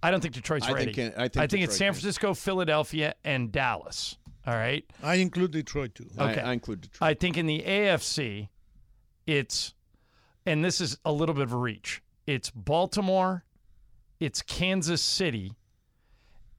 [SPEAKER 2] I don't think Detroit's
[SPEAKER 1] I think
[SPEAKER 2] ready.
[SPEAKER 1] can- I think
[SPEAKER 2] it's
[SPEAKER 1] Detroit
[SPEAKER 2] San
[SPEAKER 1] can.
[SPEAKER 2] Francisco, Philadelphia, and Dallas. All right.
[SPEAKER 7] I include Detroit too.
[SPEAKER 1] I-
[SPEAKER 2] Okay.
[SPEAKER 1] I, include Detroit.
[SPEAKER 2] I think in the AFC, it's, and this is a little bit of a reach. It's Baltimore, it's Kansas City,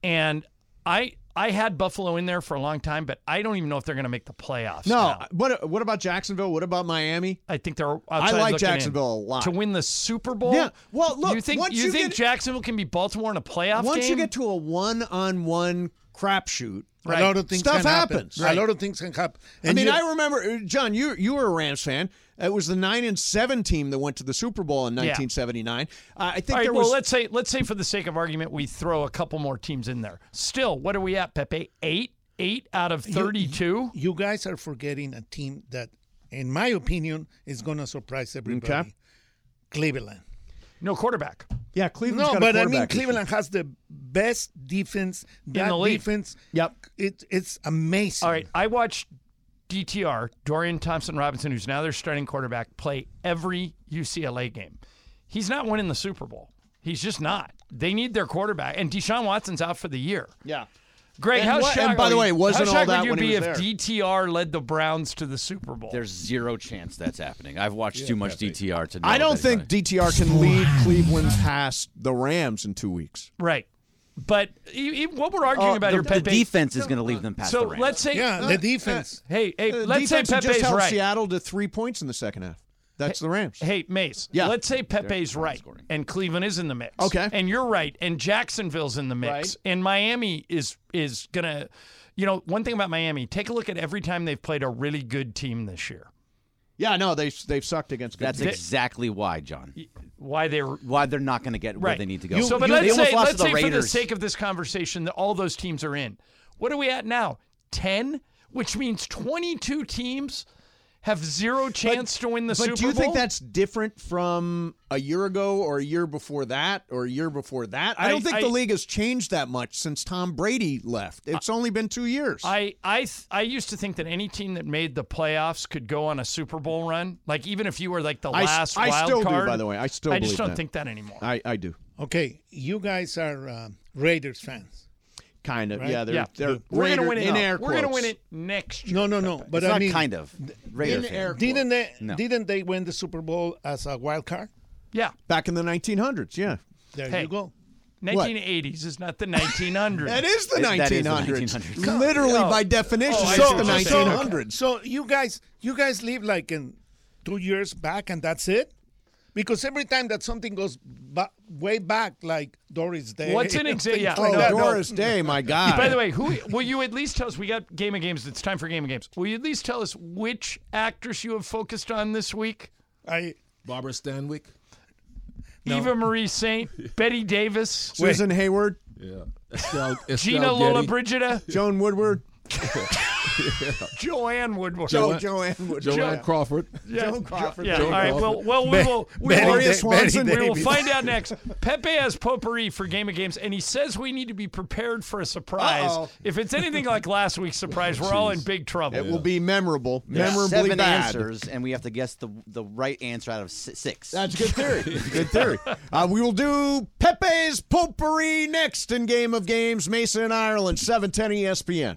[SPEAKER 2] and I I had Buffalo in there for a long time, but I don't even know if they're going to make the playoffs.
[SPEAKER 1] no.
[SPEAKER 2] now.
[SPEAKER 1] What What about Jacksonville? What about Miami?
[SPEAKER 2] I think they're.
[SPEAKER 1] I
[SPEAKER 2] outside
[SPEAKER 1] like
[SPEAKER 2] looking in.
[SPEAKER 1] Jacksonville a lot.
[SPEAKER 2] to win the Super Bowl.
[SPEAKER 1] Yeah. Well, look,
[SPEAKER 2] you think
[SPEAKER 1] once
[SPEAKER 2] you,
[SPEAKER 1] you
[SPEAKER 2] think
[SPEAKER 1] get-
[SPEAKER 2] Jacksonville can be Baltimore in a playoff
[SPEAKER 1] Once you
[SPEAKER 2] game?
[SPEAKER 1] get to a one-on-one crapshoot,
[SPEAKER 2] Right.
[SPEAKER 7] A lot of things
[SPEAKER 1] Stuff
[SPEAKER 7] can happen.
[SPEAKER 1] happens.
[SPEAKER 7] A lot of things can happen.
[SPEAKER 1] I
[SPEAKER 7] And
[SPEAKER 1] mean,
[SPEAKER 7] you-
[SPEAKER 1] I remember, uh, John. You you were a Rams fan. It was the nine and seven team that went to the Super Bowl in
[SPEAKER 2] Yeah.
[SPEAKER 1] 1979. Uh, I think
[SPEAKER 2] All right,
[SPEAKER 1] there
[SPEAKER 2] well,
[SPEAKER 1] was
[SPEAKER 2] let's say let's say for the sake of argument, we throw a couple more teams in there. Still, what are we at, Pepe? Eight, eight out of thirty-two.
[SPEAKER 7] you guys are forgetting a team that, in my opinion, is going to surprise everybody. Cleveland.
[SPEAKER 2] No quarterback.
[SPEAKER 1] yeah, Cleveland.
[SPEAKER 7] No, but I mean, Cleveland has the best defense. That
[SPEAKER 2] the league.
[SPEAKER 7] defense.
[SPEAKER 1] Yep.
[SPEAKER 7] It, it's amazing.
[SPEAKER 2] All right, I watched DTR Dorian Thompson Robinson, who's now their starting quarterback, play every UCLA game. He's not winning the Super Bowl. He's just not. They need their quarterback, and Deshaun Watson's out for the year.
[SPEAKER 1] Yeah.
[SPEAKER 2] Greg,
[SPEAKER 1] And
[SPEAKER 2] how
[SPEAKER 1] what-
[SPEAKER 2] shocked?
[SPEAKER 1] and by the way, wasn't
[SPEAKER 2] how
[SPEAKER 1] all
[SPEAKER 2] shocked
[SPEAKER 1] that
[SPEAKER 2] would you
[SPEAKER 1] when he
[SPEAKER 2] be
[SPEAKER 1] was
[SPEAKER 2] if
[SPEAKER 1] there?
[SPEAKER 2] DTR led the Browns to the Super Bowl?
[SPEAKER 9] There's zero chance that's happening. I've watched too much DTR to. Know
[SPEAKER 1] I don't
[SPEAKER 9] that-
[SPEAKER 1] think DTR can lead Cleveland past the Rams in two weeks.
[SPEAKER 2] right, but e- e- what we're arguing
[SPEAKER 9] Oh,
[SPEAKER 2] about
[SPEAKER 9] the,
[SPEAKER 2] here,
[SPEAKER 9] the
[SPEAKER 2] Pepe.
[SPEAKER 9] defense is going to leave them past
[SPEAKER 2] so
[SPEAKER 9] the Rams.
[SPEAKER 2] let's say, uh,
[SPEAKER 7] Yeah, the defense.
[SPEAKER 2] hey, hey,
[SPEAKER 1] The
[SPEAKER 2] let's say
[SPEAKER 1] Uh, defense
[SPEAKER 2] Pepe's
[SPEAKER 1] who just held
[SPEAKER 2] right.
[SPEAKER 1] Seattle to three points in the second half. That's the Rams.
[SPEAKER 2] Hey, Mace.
[SPEAKER 1] Yeah.
[SPEAKER 2] Let's say Pepe's right and Cleveland is in the mix.
[SPEAKER 1] Okay.
[SPEAKER 2] And you're right and Jacksonville's in the mix
[SPEAKER 1] Right.
[SPEAKER 2] and Miami is is going to you know, one thing about Miami, take a look at every time they've played a really good team this year.
[SPEAKER 1] Yeah, no, they they've sucked against good
[SPEAKER 9] That's
[SPEAKER 1] teams.
[SPEAKER 9] exactly why, John.
[SPEAKER 2] Why they were
[SPEAKER 9] Why they're not going to get where
[SPEAKER 2] right.
[SPEAKER 9] they need to go.
[SPEAKER 2] so, but
[SPEAKER 9] they
[SPEAKER 2] let's
[SPEAKER 9] almost
[SPEAKER 2] say,
[SPEAKER 9] lost
[SPEAKER 2] let's
[SPEAKER 9] to the
[SPEAKER 2] say for
[SPEAKER 9] Raiders.
[SPEAKER 2] the sake of this conversation, that all those teams are in. What are we at now? Ten, which means twenty-two teams have zero chance to win the
[SPEAKER 1] but
[SPEAKER 2] Super
[SPEAKER 1] do you
[SPEAKER 2] Bowl.
[SPEAKER 1] think that's different from a year ago or a year before that or a year before that? I don't
[SPEAKER 2] I-
[SPEAKER 1] think
[SPEAKER 2] I-
[SPEAKER 1] the league has changed that much since Tom Brady left. It's only been two years.
[SPEAKER 2] I I th- I used to think that any team that made the playoffs could go on a Super Bowl run. Like even if you were like the
[SPEAKER 1] I s-
[SPEAKER 2] last
[SPEAKER 1] I
[SPEAKER 2] wild
[SPEAKER 1] still do,
[SPEAKER 2] card.
[SPEAKER 1] by the way. I still
[SPEAKER 2] I just
[SPEAKER 1] believe
[SPEAKER 2] don't
[SPEAKER 1] that.
[SPEAKER 2] think that anymore.
[SPEAKER 1] I, I do.
[SPEAKER 7] Okay, you guys are um, Raiders fans.
[SPEAKER 1] Kind of.
[SPEAKER 7] Right?
[SPEAKER 1] Yeah, they're
[SPEAKER 2] Yeah.
[SPEAKER 1] they're
[SPEAKER 2] we're
[SPEAKER 1] Raider-
[SPEAKER 2] gonna win it.
[SPEAKER 1] in air
[SPEAKER 2] we're gonna win
[SPEAKER 1] quotes.
[SPEAKER 2] it next year.
[SPEAKER 7] No, no, no. But
[SPEAKER 9] It's
[SPEAKER 7] I
[SPEAKER 9] not
[SPEAKER 7] mean,
[SPEAKER 9] kind of. Raider fan.
[SPEAKER 7] didn't they?
[SPEAKER 9] No.
[SPEAKER 7] Didn't they win the Super Bowl as a wild card?
[SPEAKER 2] Yeah,
[SPEAKER 1] back in the 1900s. Yeah.
[SPEAKER 7] There
[SPEAKER 2] Hey.
[SPEAKER 7] you go.
[SPEAKER 2] 1980s is not the 1900s.
[SPEAKER 1] That is the
[SPEAKER 9] It- that is the
[SPEAKER 1] 1900s.
[SPEAKER 9] 1900s.
[SPEAKER 1] Literally,
[SPEAKER 2] No.
[SPEAKER 1] by definition,
[SPEAKER 2] Oh, I
[SPEAKER 1] it's
[SPEAKER 2] see
[SPEAKER 1] the
[SPEAKER 2] what you're saying.
[SPEAKER 1] 1900s.
[SPEAKER 7] So you guys, you guys live like in two years back, and that's it. Because every time that something goes ba- way back, like Doris Day.
[SPEAKER 2] What's an exa-
[SPEAKER 7] things
[SPEAKER 2] yeah,
[SPEAKER 7] like
[SPEAKER 2] no,
[SPEAKER 1] oh,
[SPEAKER 7] that.
[SPEAKER 1] Doris Day, my God.
[SPEAKER 2] By the way, who will you at least tell us? We got Game of Games. It's time for Game of Games. Will you at least tell us which actress you have focused on this week?
[SPEAKER 7] I
[SPEAKER 6] Barbara Stanwyck.
[SPEAKER 2] Eva Marie Saint, Betty Davis,
[SPEAKER 1] Susan Hayward,
[SPEAKER 6] Yeah. Estelle, Estelle
[SPEAKER 2] Gina
[SPEAKER 6] Getty.
[SPEAKER 2] Lola Brigida,
[SPEAKER 1] Joan Woodward,
[SPEAKER 2] Joanne Woodward.
[SPEAKER 1] Joe, Joanne Woodward,
[SPEAKER 6] Joanne Crawford.
[SPEAKER 2] yeah,
[SPEAKER 1] Joan Crawford.
[SPEAKER 2] Yeah.
[SPEAKER 1] Joan
[SPEAKER 2] All right. Well,
[SPEAKER 6] Crawford.
[SPEAKER 2] well, we will. We
[SPEAKER 7] Betty
[SPEAKER 2] will,
[SPEAKER 1] Gloria
[SPEAKER 7] Da-
[SPEAKER 1] Swanson.
[SPEAKER 7] Betty
[SPEAKER 2] we will
[SPEAKER 7] Davis.
[SPEAKER 2] find out next. Pepe has potpourri for Game of Games, and he says we need to be prepared for a surprise.
[SPEAKER 1] Uh-oh.
[SPEAKER 2] If it's anything like last week's surprise, we're all in big trouble.
[SPEAKER 1] It will be memorable, memorably
[SPEAKER 9] Seven
[SPEAKER 1] bad.
[SPEAKER 9] answers, and we have to guess the the right answer out of si- six.
[SPEAKER 1] That's a good theory. good theory. Uh, we will do Pepe's potpourri next in Game of Games. Mason and Ireland, seven ten E ESPN.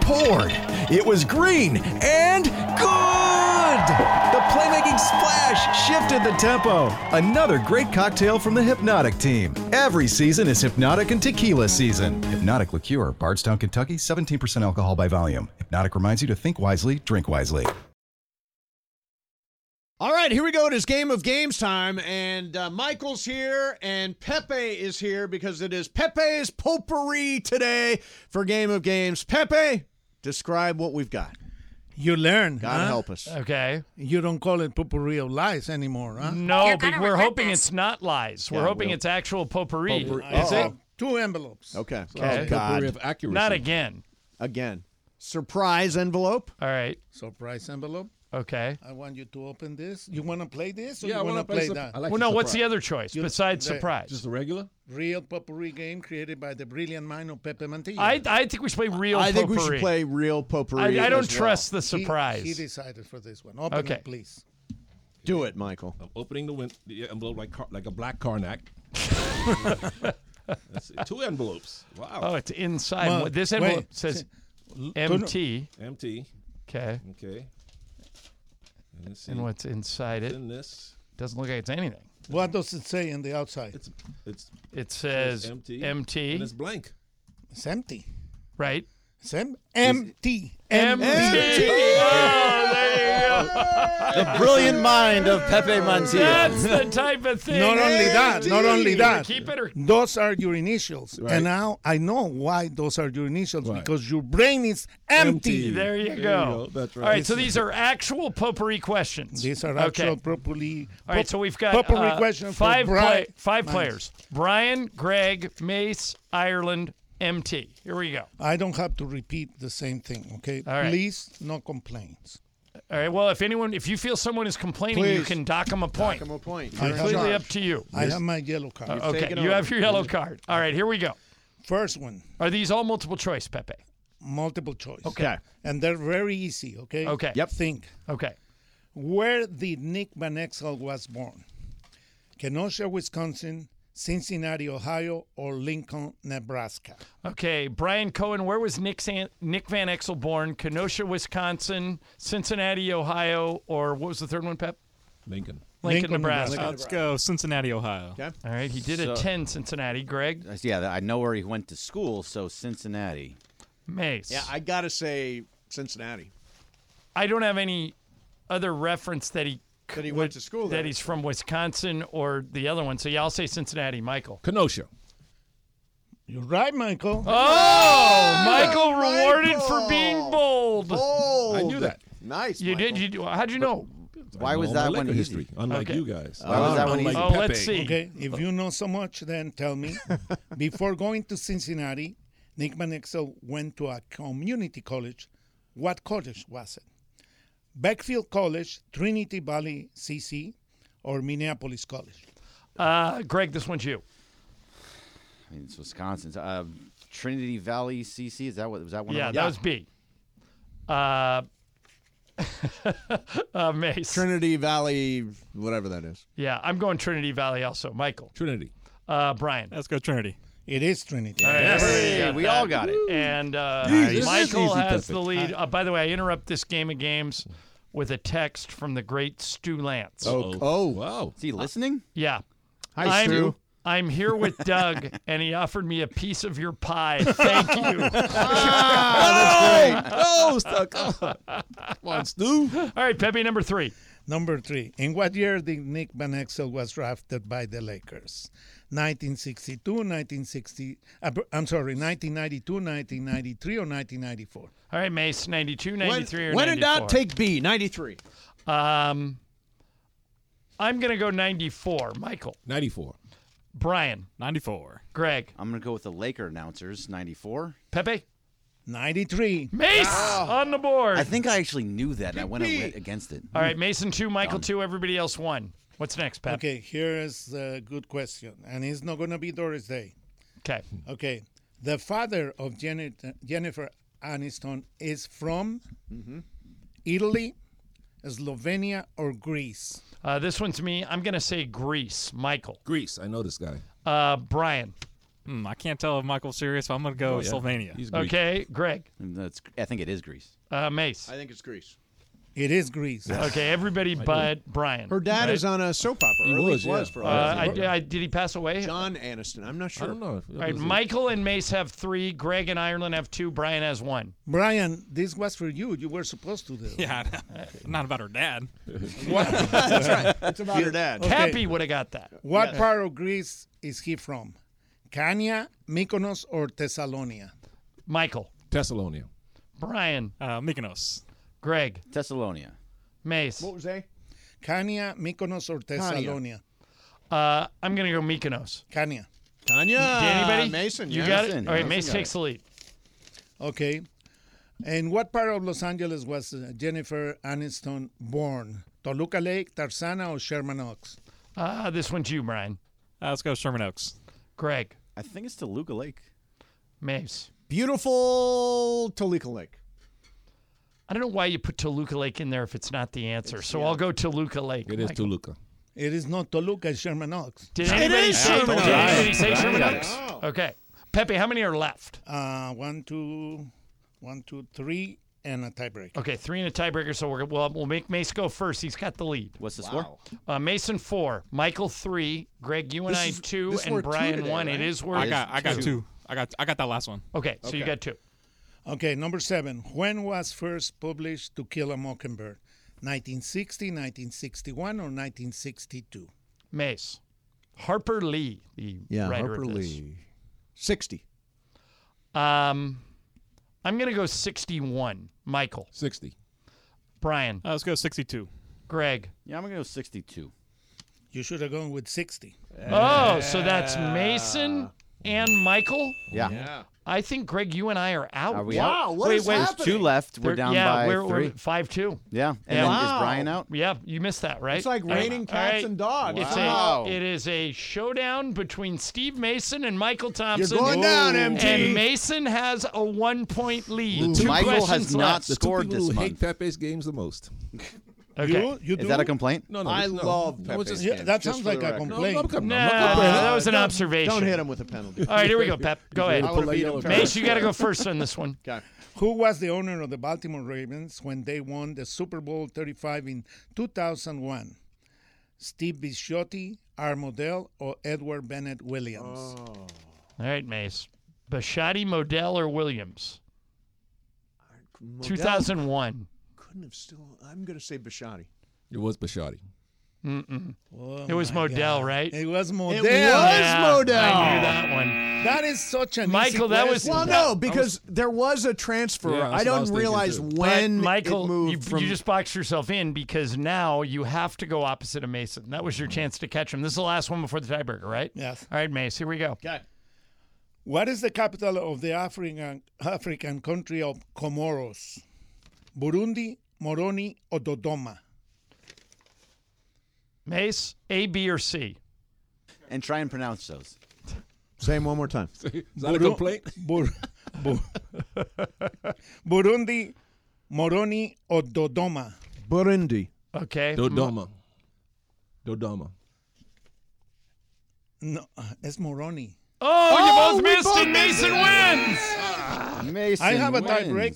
[SPEAKER 4] poured. It was green and good! The playmaking splash shifted the tempo. Another great cocktail from the Hypnotic team. Every season is Hypnotic and Tequila season. Hypnotic Liqueur, Bardstown, Kentucky, 17% alcohol by volume. Hypnotic reminds you to think wisely, drink wisely.
[SPEAKER 1] All right, here we go. It is Game of Games time, and uh, Michael's here, and Pepe is here because it is Pepe's potpourri today for Game of Games. Pepe, describe what we've got.
[SPEAKER 7] You learn.
[SPEAKER 1] God
[SPEAKER 7] huh?
[SPEAKER 1] help us.
[SPEAKER 2] Okay.
[SPEAKER 7] You don't call it potpourri of lies anymore, huh?
[SPEAKER 2] No,
[SPEAKER 11] You're
[SPEAKER 2] but
[SPEAKER 11] gonna
[SPEAKER 2] we're
[SPEAKER 11] regret
[SPEAKER 2] hoping
[SPEAKER 11] this.
[SPEAKER 2] it's not lies. We're
[SPEAKER 1] Yeah,
[SPEAKER 2] hoping
[SPEAKER 1] we'll-
[SPEAKER 2] it's actual potpourri. Is
[SPEAKER 7] Uh-oh.
[SPEAKER 2] it?
[SPEAKER 7] Two envelopes.
[SPEAKER 1] Okay.
[SPEAKER 2] Okay.
[SPEAKER 6] Potpourri
[SPEAKER 1] Oh, God.
[SPEAKER 6] of accuracy.
[SPEAKER 2] Not again.
[SPEAKER 1] Again. Surprise envelope.
[SPEAKER 2] All right.
[SPEAKER 7] Surprise envelope.
[SPEAKER 2] Okay.
[SPEAKER 7] I want you to open this. You want to play this or
[SPEAKER 6] Yeah, I
[SPEAKER 7] you want to
[SPEAKER 6] want
[SPEAKER 7] play
[SPEAKER 6] some-
[SPEAKER 7] that?
[SPEAKER 6] I like
[SPEAKER 2] Well,
[SPEAKER 6] the
[SPEAKER 2] no, what's the
[SPEAKER 6] surprise.
[SPEAKER 2] other choice
[SPEAKER 7] You-
[SPEAKER 2] besides
[SPEAKER 7] they-
[SPEAKER 2] surprise?
[SPEAKER 6] Just the regular?
[SPEAKER 7] Real potpourri game created by the brilliant mind of Pepe Mantilla.
[SPEAKER 2] I, I think we should play real
[SPEAKER 1] I think we
[SPEAKER 2] potpourri.
[SPEAKER 1] should play real potpourri.
[SPEAKER 2] I, I don't
[SPEAKER 1] as well.
[SPEAKER 2] trust the
[SPEAKER 7] He-
[SPEAKER 2] surprise.
[SPEAKER 7] He, decided for this one. Open
[SPEAKER 2] Okay.
[SPEAKER 7] it, please.
[SPEAKER 1] Do it, Michael.
[SPEAKER 6] I'm opening the, win- the envelope like, car- like a black Karnak. Let's see, Two envelopes. Wow.
[SPEAKER 2] oh, it's inside.
[SPEAKER 7] Well,
[SPEAKER 2] What- this envelope
[SPEAKER 7] wait.
[SPEAKER 2] says
[SPEAKER 6] L-
[SPEAKER 2] MT.
[SPEAKER 6] Empty.
[SPEAKER 2] Okay.
[SPEAKER 6] Okay. And let's see.
[SPEAKER 2] And what's inside it
[SPEAKER 6] in this?
[SPEAKER 2] doesn't look like it's anything.
[SPEAKER 7] What does it say on the outside?
[SPEAKER 6] It's it's
[SPEAKER 2] It says
[SPEAKER 6] empty.
[SPEAKER 2] MT,
[SPEAKER 6] And it's blank.
[SPEAKER 7] It's empty.
[SPEAKER 2] right?
[SPEAKER 7] It's em- empty.
[SPEAKER 2] MT.
[SPEAKER 7] Empty.
[SPEAKER 2] Oh, there you
[SPEAKER 9] The brilliant mind of Pepe Montilla.
[SPEAKER 2] That's the type of thing.
[SPEAKER 7] Not only that, not only
[SPEAKER 2] You wanna
[SPEAKER 7] that.
[SPEAKER 2] Keep it or
[SPEAKER 7] Those are your initials,
[SPEAKER 6] Right.
[SPEAKER 7] and now I know why those are your initials
[SPEAKER 6] Right.
[SPEAKER 7] because your brain is empty.
[SPEAKER 6] Empty.
[SPEAKER 2] There you
[SPEAKER 6] There
[SPEAKER 2] go.
[SPEAKER 6] you go. That's
[SPEAKER 2] All right,
[SPEAKER 6] right.
[SPEAKER 2] so these are actual potpourri questions.
[SPEAKER 7] These are
[SPEAKER 2] Okay.
[SPEAKER 7] actual properly.
[SPEAKER 2] All right, so we've got
[SPEAKER 7] properly
[SPEAKER 2] uh,
[SPEAKER 7] question
[SPEAKER 2] five
[SPEAKER 7] for
[SPEAKER 2] play-
[SPEAKER 7] Brian.
[SPEAKER 2] five
[SPEAKER 7] Mines.
[SPEAKER 2] players: Brian, Greg, Mace, Ireland, MT. Here we go.
[SPEAKER 7] I don't have to repeat the same thing, okay?
[SPEAKER 2] All right.
[SPEAKER 7] Please, no complaints.
[SPEAKER 2] All right. Well, if anyone, if you feel someone is complaining, you
[SPEAKER 1] Please.
[SPEAKER 2] can dock them a point.
[SPEAKER 1] Come a point.
[SPEAKER 7] I have,
[SPEAKER 2] Completely up to you. Uh,
[SPEAKER 7] I have my yellow card.
[SPEAKER 2] Okay,
[SPEAKER 1] taken
[SPEAKER 2] you
[SPEAKER 1] over.
[SPEAKER 2] have your yellow card. All right, here we go.
[SPEAKER 7] First one,
[SPEAKER 2] Are these all multiple choice, Pepe?
[SPEAKER 7] multiple choice.
[SPEAKER 1] Okay.
[SPEAKER 7] And they're very easy, okay?
[SPEAKER 2] Okay.
[SPEAKER 1] Yep.
[SPEAKER 7] Think.
[SPEAKER 2] Okay.
[SPEAKER 7] Where did Nick Van Exel was born? Kenosha, Wisconsin, Cincinnati, Ohio, or Lincoln, Nebraska?
[SPEAKER 2] Okay, Brian Cohen, where was Nick, San- Nick Van Exel born? Kenosha, Wisconsin, Cincinnati, Ohio, or what was the third one, Pep?
[SPEAKER 6] Lincoln.
[SPEAKER 2] Lincoln,
[SPEAKER 7] Lincoln,
[SPEAKER 2] Nebraska.
[SPEAKER 11] Let's go Cincinnati, Ohio.
[SPEAKER 2] All right, he did
[SPEAKER 9] So- Uh,
[SPEAKER 2] attend Cincinnati. Greg
[SPEAKER 9] Yeah, I know where he went to school, so Cincinnati.
[SPEAKER 2] Mace.
[SPEAKER 1] Yeah, I gotta say Cincinnati.
[SPEAKER 2] I don't have any other reference that he c-
[SPEAKER 1] That he
[SPEAKER 2] would-
[SPEAKER 1] went to school
[SPEAKER 2] that
[SPEAKER 1] there.
[SPEAKER 2] he's from Wisconsin or the other one. So yeah, I'll say Cincinnati. Michael.
[SPEAKER 6] Kenosha.
[SPEAKER 7] You're right, Michael.
[SPEAKER 2] Oh, Michael rewarded for being
[SPEAKER 1] Michael!
[SPEAKER 2] bold.
[SPEAKER 1] Oh,
[SPEAKER 6] I knew that.
[SPEAKER 1] Nice.
[SPEAKER 2] You did.
[SPEAKER 1] Michael.
[SPEAKER 2] You do- how'd you know?
[SPEAKER 9] Why was
[SPEAKER 6] All my
[SPEAKER 9] that
[SPEAKER 6] liquor
[SPEAKER 9] one
[SPEAKER 6] history?
[SPEAKER 9] easy?
[SPEAKER 6] Unlike
[SPEAKER 2] Okay.
[SPEAKER 6] you guys.
[SPEAKER 9] Why was that one
[SPEAKER 6] Unlike
[SPEAKER 9] easy?
[SPEAKER 2] Oh,
[SPEAKER 6] Pepe.
[SPEAKER 2] let's see.
[SPEAKER 7] Okay, if you know so much, then tell me. Before going to Cincinnati, Nick Manexel went to a community college. What college was it? Beckfield College, Trinity Valley CC, or Minneapolis College?
[SPEAKER 2] Uh, Greg, this one's you.
[SPEAKER 9] I mean, it's Wisconsin. Uh, Trinity Valley CC. Is that what was that one? of
[SPEAKER 2] Yeah,
[SPEAKER 9] them?
[SPEAKER 2] that was B. Uh, uh, Mace.
[SPEAKER 1] Trinity Valley, whatever that is.
[SPEAKER 2] yeah, I'm going Trinity Valley also. Michael.
[SPEAKER 6] Trinity.
[SPEAKER 2] Uh, Brian.
[SPEAKER 11] Let's go Trinity.
[SPEAKER 7] It is Trinity.
[SPEAKER 2] All right, everybody
[SPEAKER 9] Hey,
[SPEAKER 2] got
[SPEAKER 9] we
[SPEAKER 2] that.
[SPEAKER 9] all got it.
[SPEAKER 2] And uh,
[SPEAKER 6] Jeez, this
[SPEAKER 2] Michael
[SPEAKER 6] is easy,
[SPEAKER 2] has
[SPEAKER 6] Pepe.
[SPEAKER 2] the lead. Uh, by the way, I interrupt this game of games with a text from the great Stu Lance.
[SPEAKER 6] Oh.
[SPEAKER 1] Oh.
[SPEAKER 6] Wow.
[SPEAKER 9] Is he listening?
[SPEAKER 2] Yeah.
[SPEAKER 1] Hi,
[SPEAKER 2] I'm,
[SPEAKER 1] Stu.
[SPEAKER 2] I'm here with Doug, and he offered me a piece of your pie. Thank you.
[SPEAKER 6] Oh, stuck. Come on, Stu.
[SPEAKER 2] All right, Pepe, number three.
[SPEAKER 7] Number three. In what year did Nick Van Exel was drafted by the Lakers? 1962, 1960. uh, I'm sorry, 1992, 1993, or 1994?
[SPEAKER 2] All right, Mace, 92,
[SPEAKER 1] When,
[SPEAKER 2] 93, or
[SPEAKER 1] when in
[SPEAKER 2] 94.
[SPEAKER 1] doubt, take B. Ninety-three.
[SPEAKER 2] Um, I'm going to go 94. Michael,
[SPEAKER 6] 94.
[SPEAKER 2] Brian,
[SPEAKER 11] 94.
[SPEAKER 2] Greg,
[SPEAKER 9] I'm gonna go with the Laker announcers. Ninety-four. Ah.
[SPEAKER 2] Pepe,
[SPEAKER 7] 93.
[SPEAKER 2] Mace on the board.
[SPEAKER 9] I think I actually knew that, and I went awa- against it.
[SPEAKER 2] All right, Mason two, Michael two, everybody else one. What's next, Pep?
[SPEAKER 7] Okay, here is a good question, and it's not going to be Doris Day.
[SPEAKER 2] Okay.
[SPEAKER 7] Okay, the father of Jenni- Jennifer Aniston is from Italy, Slovenia, or Greece?
[SPEAKER 2] Uh, this one's me. I'm going to say Greece. Michael.
[SPEAKER 6] Greece. I know this guy.
[SPEAKER 2] Uh, Brian.
[SPEAKER 11] Hmm, I can't tell if Michael's serious, but I'm going to go Slovenia.
[SPEAKER 6] Oh, He's Greek.
[SPEAKER 2] Okay. Greg.
[SPEAKER 9] And Mm, that's. I think it is Greece.
[SPEAKER 2] Uh, Mace.
[SPEAKER 1] I think it's Greece.
[SPEAKER 7] It is Greece.
[SPEAKER 2] Okay, everybody but Brian.
[SPEAKER 1] Her dad
[SPEAKER 2] right?
[SPEAKER 1] is on a soap opera.
[SPEAKER 6] He
[SPEAKER 1] or at least
[SPEAKER 6] was, yeah.
[SPEAKER 1] for
[SPEAKER 6] Uh,
[SPEAKER 1] a
[SPEAKER 2] Uh,
[SPEAKER 1] while.
[SPEAKER 2] I, I, did he pass away?
[SPEAKER 1] John Aniston. I'm not
[SPEAKER 6] I
[SPEAKER 1] sure.
[SPEAKER 6] don't
[SPEAKER 2] All
[SPEAKER 6] know.
[SPEAKER 2] right, Michael and Mace have three. Greg and Ireland have two. Brian has one.
[SPEAKER 7] Brian, this was for you. You were supposed to do. it.
[SPEAKER 11] Yeah,
[SPEAKER 2] Uh,
[SPEAKER 11] not about her dad.
[SPEAKER 1] It's about her dad.
[SPEAKER 2] Cappy would have got that.
[SPEAKER 7] What part of Greece is he from? Kania, Mykonos, or Thessalonia?
[SPEAKER 2] Michael,
[SPEAKER 6] Thessalonia.
[SPEAKER 2] Brian,
[SPEAKER 11] Uh, Mykonos.
[SPEAKER 2] Greg,
[SPEAKER 9] Thessalonia.
[SPEAKER 2] Mace.
[SPEAKER 1] What was they?
[SPEAKER 7] Kania, Mykonos, or Thessalonia?
[SPEAKER 2] Uh, I'm gonna go Mykonos.
[SPEAKER 7] Kania.
[SPEAKER 1] Tanya.
[SPEAKER 2] Did anybody?
[SPEAKER 1] Mason.
[SPEAKER 2] You
[SPEAKER 1] yeah.
[SPEAKER 2] got
[SPEAKER 9] Mason,
[SPEAKER 2] it. All right,
[SPEAKER 9] Mason
[SPEAKER 2] Mace
[SPEAKER 9] got
[SPEAKER 2] takes
[SPEAKER 9] it.
[SPEAKER 2] the lead.
[SPEAKER 7] Okay. And what part of Los Angeles was uh, Jennifer Aniston born? Toluca Lake, Tarzana, or Sherman Oaks?
[SPEAKER 2] Uh, this one's you, Brian.
[SPEAKER 11] Uh, let's go Sherman Oaks.
[SPEAKER 2] Greg,
[SPEAKER 9] I think it's Toluca Lake.
[SPEAKER 2] Mace.
[SPEAKER 1] Beautiful Toluca Lake.
[SPEAKER 2] I don't know why you put Toluca Lake in there if it's not the answer. so I'll go Toluca Lake.
[SPEAKER 6] It is
[SPEAKER 2] Michael.
[SPEAKER 6] Toluca.
[SPEAKER 7] It is not Toluca, it's Sherman Oaks.
[SPEAKER 2] Did anybody
[SPEAKER 1] is
[SPEAKER 2] say,
[SPEAKER 1] Sherman
[SPEAKER 2] Did
[SPEAKER 1] Oaks.
[SPEAKER 2] anybody say Sherman
[SPEAKER 9] Right.
[SPEAKER 2] Oaks? Okay. Pepe, how many are left?
[SPEAKER 7] Uh, one, two, one, two, three, and a tiebreaker.
[SPEAKER 2] Okay, three in a tiebreaker. So we're, we'll, we'll make Mace go first. He's got the lead.
[SPEAKER 9] What's the score?
[SPEAKER 2] Uh, Mason four, Michael three, Greg, you and
[SPEAKER 1] This
[SPEAKER 2] I
[SPEAKER 1] is-
[SPEAKER 2] two,
[SPEAKER 1] this
[SPEAKER 2] and
[SPEAKER 1] were two
[SPEAKER 2] Brian
[SPEAKER 1] today,
[SPEAKER 2] one.
[SPEAKER 1] right?
[SPEAKER 2] It is worth.
[SPEAKER 11] I got, I got two. I got, I got that last one.
[SPEAKER 2] Okay, so you got two.
[SPEAKER 7] Okay, number seven. When was first published To Kill a Mockingbird? 1960, 1961, or 1962?
[SPEAKER 2] Mace. Harper Lee, the
[SPEAKER 7] Yeah,
[SPEAKER 2] writer
[SPEAKER 7] Harper
[SPEAKER 2] of this.
[SPEAKER 7] Lee.
[SPEAKER 1] 60.
[SPEAKER 2] Um, I'm going to go 61. Michael.
[SPEAKER 6] 60.
[SPEAKER 2] Brian.
[SPEAKER 11] Uh, let's go 62.
[SPEAKER 2] Greg.
[SPEAKER 9] Yeah, I'm going to go 62.
[SPEAKER 7] You should have gone with 60.
[SPEAKER 2] Oh, so that's Mason and Michael?
[SPEAKER 9] Yeah. Yeah.
[SPEAKER 2] I think, Greg, you and I are out.
[SPEAKER 9] Are we Wow, out? what Wait, is wait. There's two happening? left. We're
[SPEAKER 2] There-
[SPEAKER 9] down
[SPEAKER 2] yeah,
[SPEAKER 9] by
[SPEAKER 2] we're,
[SPEAKER 9] three.
[SPEAKER 2] 5 2.
[SPEAKER 9] Yeah, and then is Brian out?
[SPEAKER 2] Yeah, you missed that, right?
[SPEAKER 1] It's like
[SPEAKER 2] All
[SPEAKER 1] raining
[SPEAKER 2] All
[SPEAKER 1] cats and dogs.
[SPEAKER 2] It's
[SPEAKER 1] Wow.
[SPEAKER 2] a, it is a showdown between Steve Mason and Michael Thompson.
[SPEAKER 1] going down, MT.
[SPEAKER 2] And Mason has a one point lead. Two
[SPEAKER 6] Michael
[SPEAKER 2] questions
[SPEAKER 6] has
[SPEAKER 2] left.
[SPEAKER 6] not scored this month. hate Pepe's games the most.
[SPEAKER 2] Okay.
[SPEAKER 7] You- you Is do?
[SPEAKER 9] that a complaint?
[SPEAKER 6] No, no.
[SPEAKER 1] I
[SPEAKER 6] it's not.
[SPEAKER 1] love
[SPEAKER 6] No, it's
[SPEAKER 1] Pepe's
[SPEAKER 6] just-
[SPEAKER 1] games, Yeah, that just sounds for like the a record. complaint.
[SPEAKER 6] No, no, com- no,
[SPEAKER 2] Nah,
[SPEAKER 6] no complaint.
[SPEAKER 2] that was an
[SPEAKER 1] Don't-
[SPEAKER 2] observation.
[SPEAKER 1] don't hit him with a penalty.
[SPEAKER 2] All right, here we go, Pep. Go
[SPEAKER 1] I
[SPEAKER 2] ahead.
[SPEAKER 1] would've beat him, Pep.
[SPEAKER 2] Mace, you got to go first on this one.
[SPEAKER 7] Who was the owner of the Baltimore Ravens when they won the Super Bowl 35 in 2001? Steve Bisciotti, Armodell, or Edward Bennett Williams?
[SPEAKER 1] Oh.
[SPEAKER 2] All right, Mace. Bashotti, Modell, or Williams?
[SPEAKER 1] Modell
[SPEAKER 2] 2001.
[SPEAKER 1] Couldn't have still. I'm going to say Bashadi.
[SPEAKER 6] It was Bashotti.
[SPEAKER 2] Mm-mm.
[SPEAKER 7] Oh
[SPEAKER 2] it was
[SPEAKER 7] my
[SPEAKER 2] Modell,
[SPEAKER 7] God.
[SPEAKER 2] right?
[SPEAKER 7] It was Modell.
[SPEAKER 1] was Modell.
[SPEAKER 2] I knew that one.
[SPEAKER 7] That is such an
[SPEAKER 2] Michael,
[SPEAKER 7] easy
[SPEAKER 2] that was-
[SPEAKER 7] question.
[SPEAKER 1] Well, no, because there was a transfer.
[SPEAKER 6] Yeah, that's
[SPEAKER 1] I
[SPEAKER 6] what I was
[SPEAKER 1] don't
[SPEAKER 6] thinking
[SPEAKER 1] realize
[SPEAKER 6] too.
[SPEAKER 1] when
[SPEAKER 2] But, Michael,
[SPEAKER 1] it moved
[SPEAKER 2] you, you
[SPEAKER 1] from.
[SPEAKER 2] just boxed yourself in because now you have to go opposite of Mason. That was your chance to catch him. This is the last one before the tiebreaker, right?
[SPEAKER 7] Mm-hmm. Yes.
[SPEAKER 2] All right, Mace, here we go.
[SPEAKER 7] What is the capital of the African African country of Comoros? Burundi, Moroni, or Dodoma?
[SPEAKER 2] Mace, A, B, or C?
[SPEAKER 9] And try and pronounce those.
[SPEAKER 1] Same one more time.
[SPEAKER 6] Is that a complaint?
[SPEAKER 7] Bur- Bur- Burundi, Moroni, or Dodoma?
[SPEAKER 1] Burundi.
[SPEAKER 2] Okay.
[SPEAKER 6] Dodoma. Dodoma.
[SPEAKER 7] No, it's Moroni.
[SPEAKER 2] Oh,
[SPEAKER 1] Oh,
[SPEAKER 2] you both
[SPEAKER 1] we
[SPEAKER 2] missed,
[SPEAKER 1] both
[SPEAKER 2] and
[SPEAKER 1] missed
[SPEAKER 2] Mason wins.
[SPEAKER 9] Mason
[SPEAKER 7] I have a
[SPEAKER 9] wins.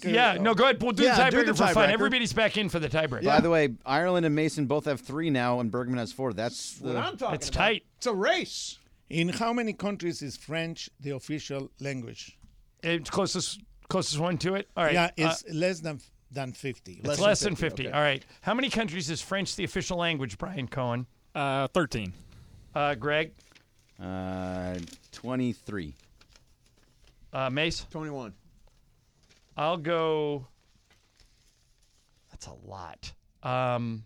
[SPEAKER 7] tiebreaker.
[SPEAKER 2] Yeah, no, go ahead. We'll do
[SPEAKER 1] Yeah,
[SPEAKER 2] the tiebreaker
[SPEAKER 1] do the
[SPEAKER 2] for fun.
[SPEAKER 1] tiebreaker.
[SPEAKER 2] Everybody's back in for the tiebreaker.
[SPEAKER 9] By the way, Ireland and Mason both have three now, and Bergman has four. That's the,
[SPEAKER 1] talking
[SPEAKER 2] It's tight.
[SPEAKER 1] It's a race.
[SPEAKER 7] In how many countries is French the official language?
[SPEAKER 2] Eh, It's closest closest one to it. All right.
[SPEAKER 7] Yeah,
[SPEAKER 2] uh,
[SPEAKER 7] it's less than than 50.
[SPEAKER 2] it's less than 50. All right. How many countries is French the official language, Brian Cohen?
[SPEAKER 11] Uh, 13.
[SPEAKER 2] Uh, Greg,
[SPEAKER 9] uh, twenty-three.
[SPEAKER 2] uh, Mace?
[SPEAKER 1] 21.
[SPEAKER 2] I'll go. That's a lot. Um,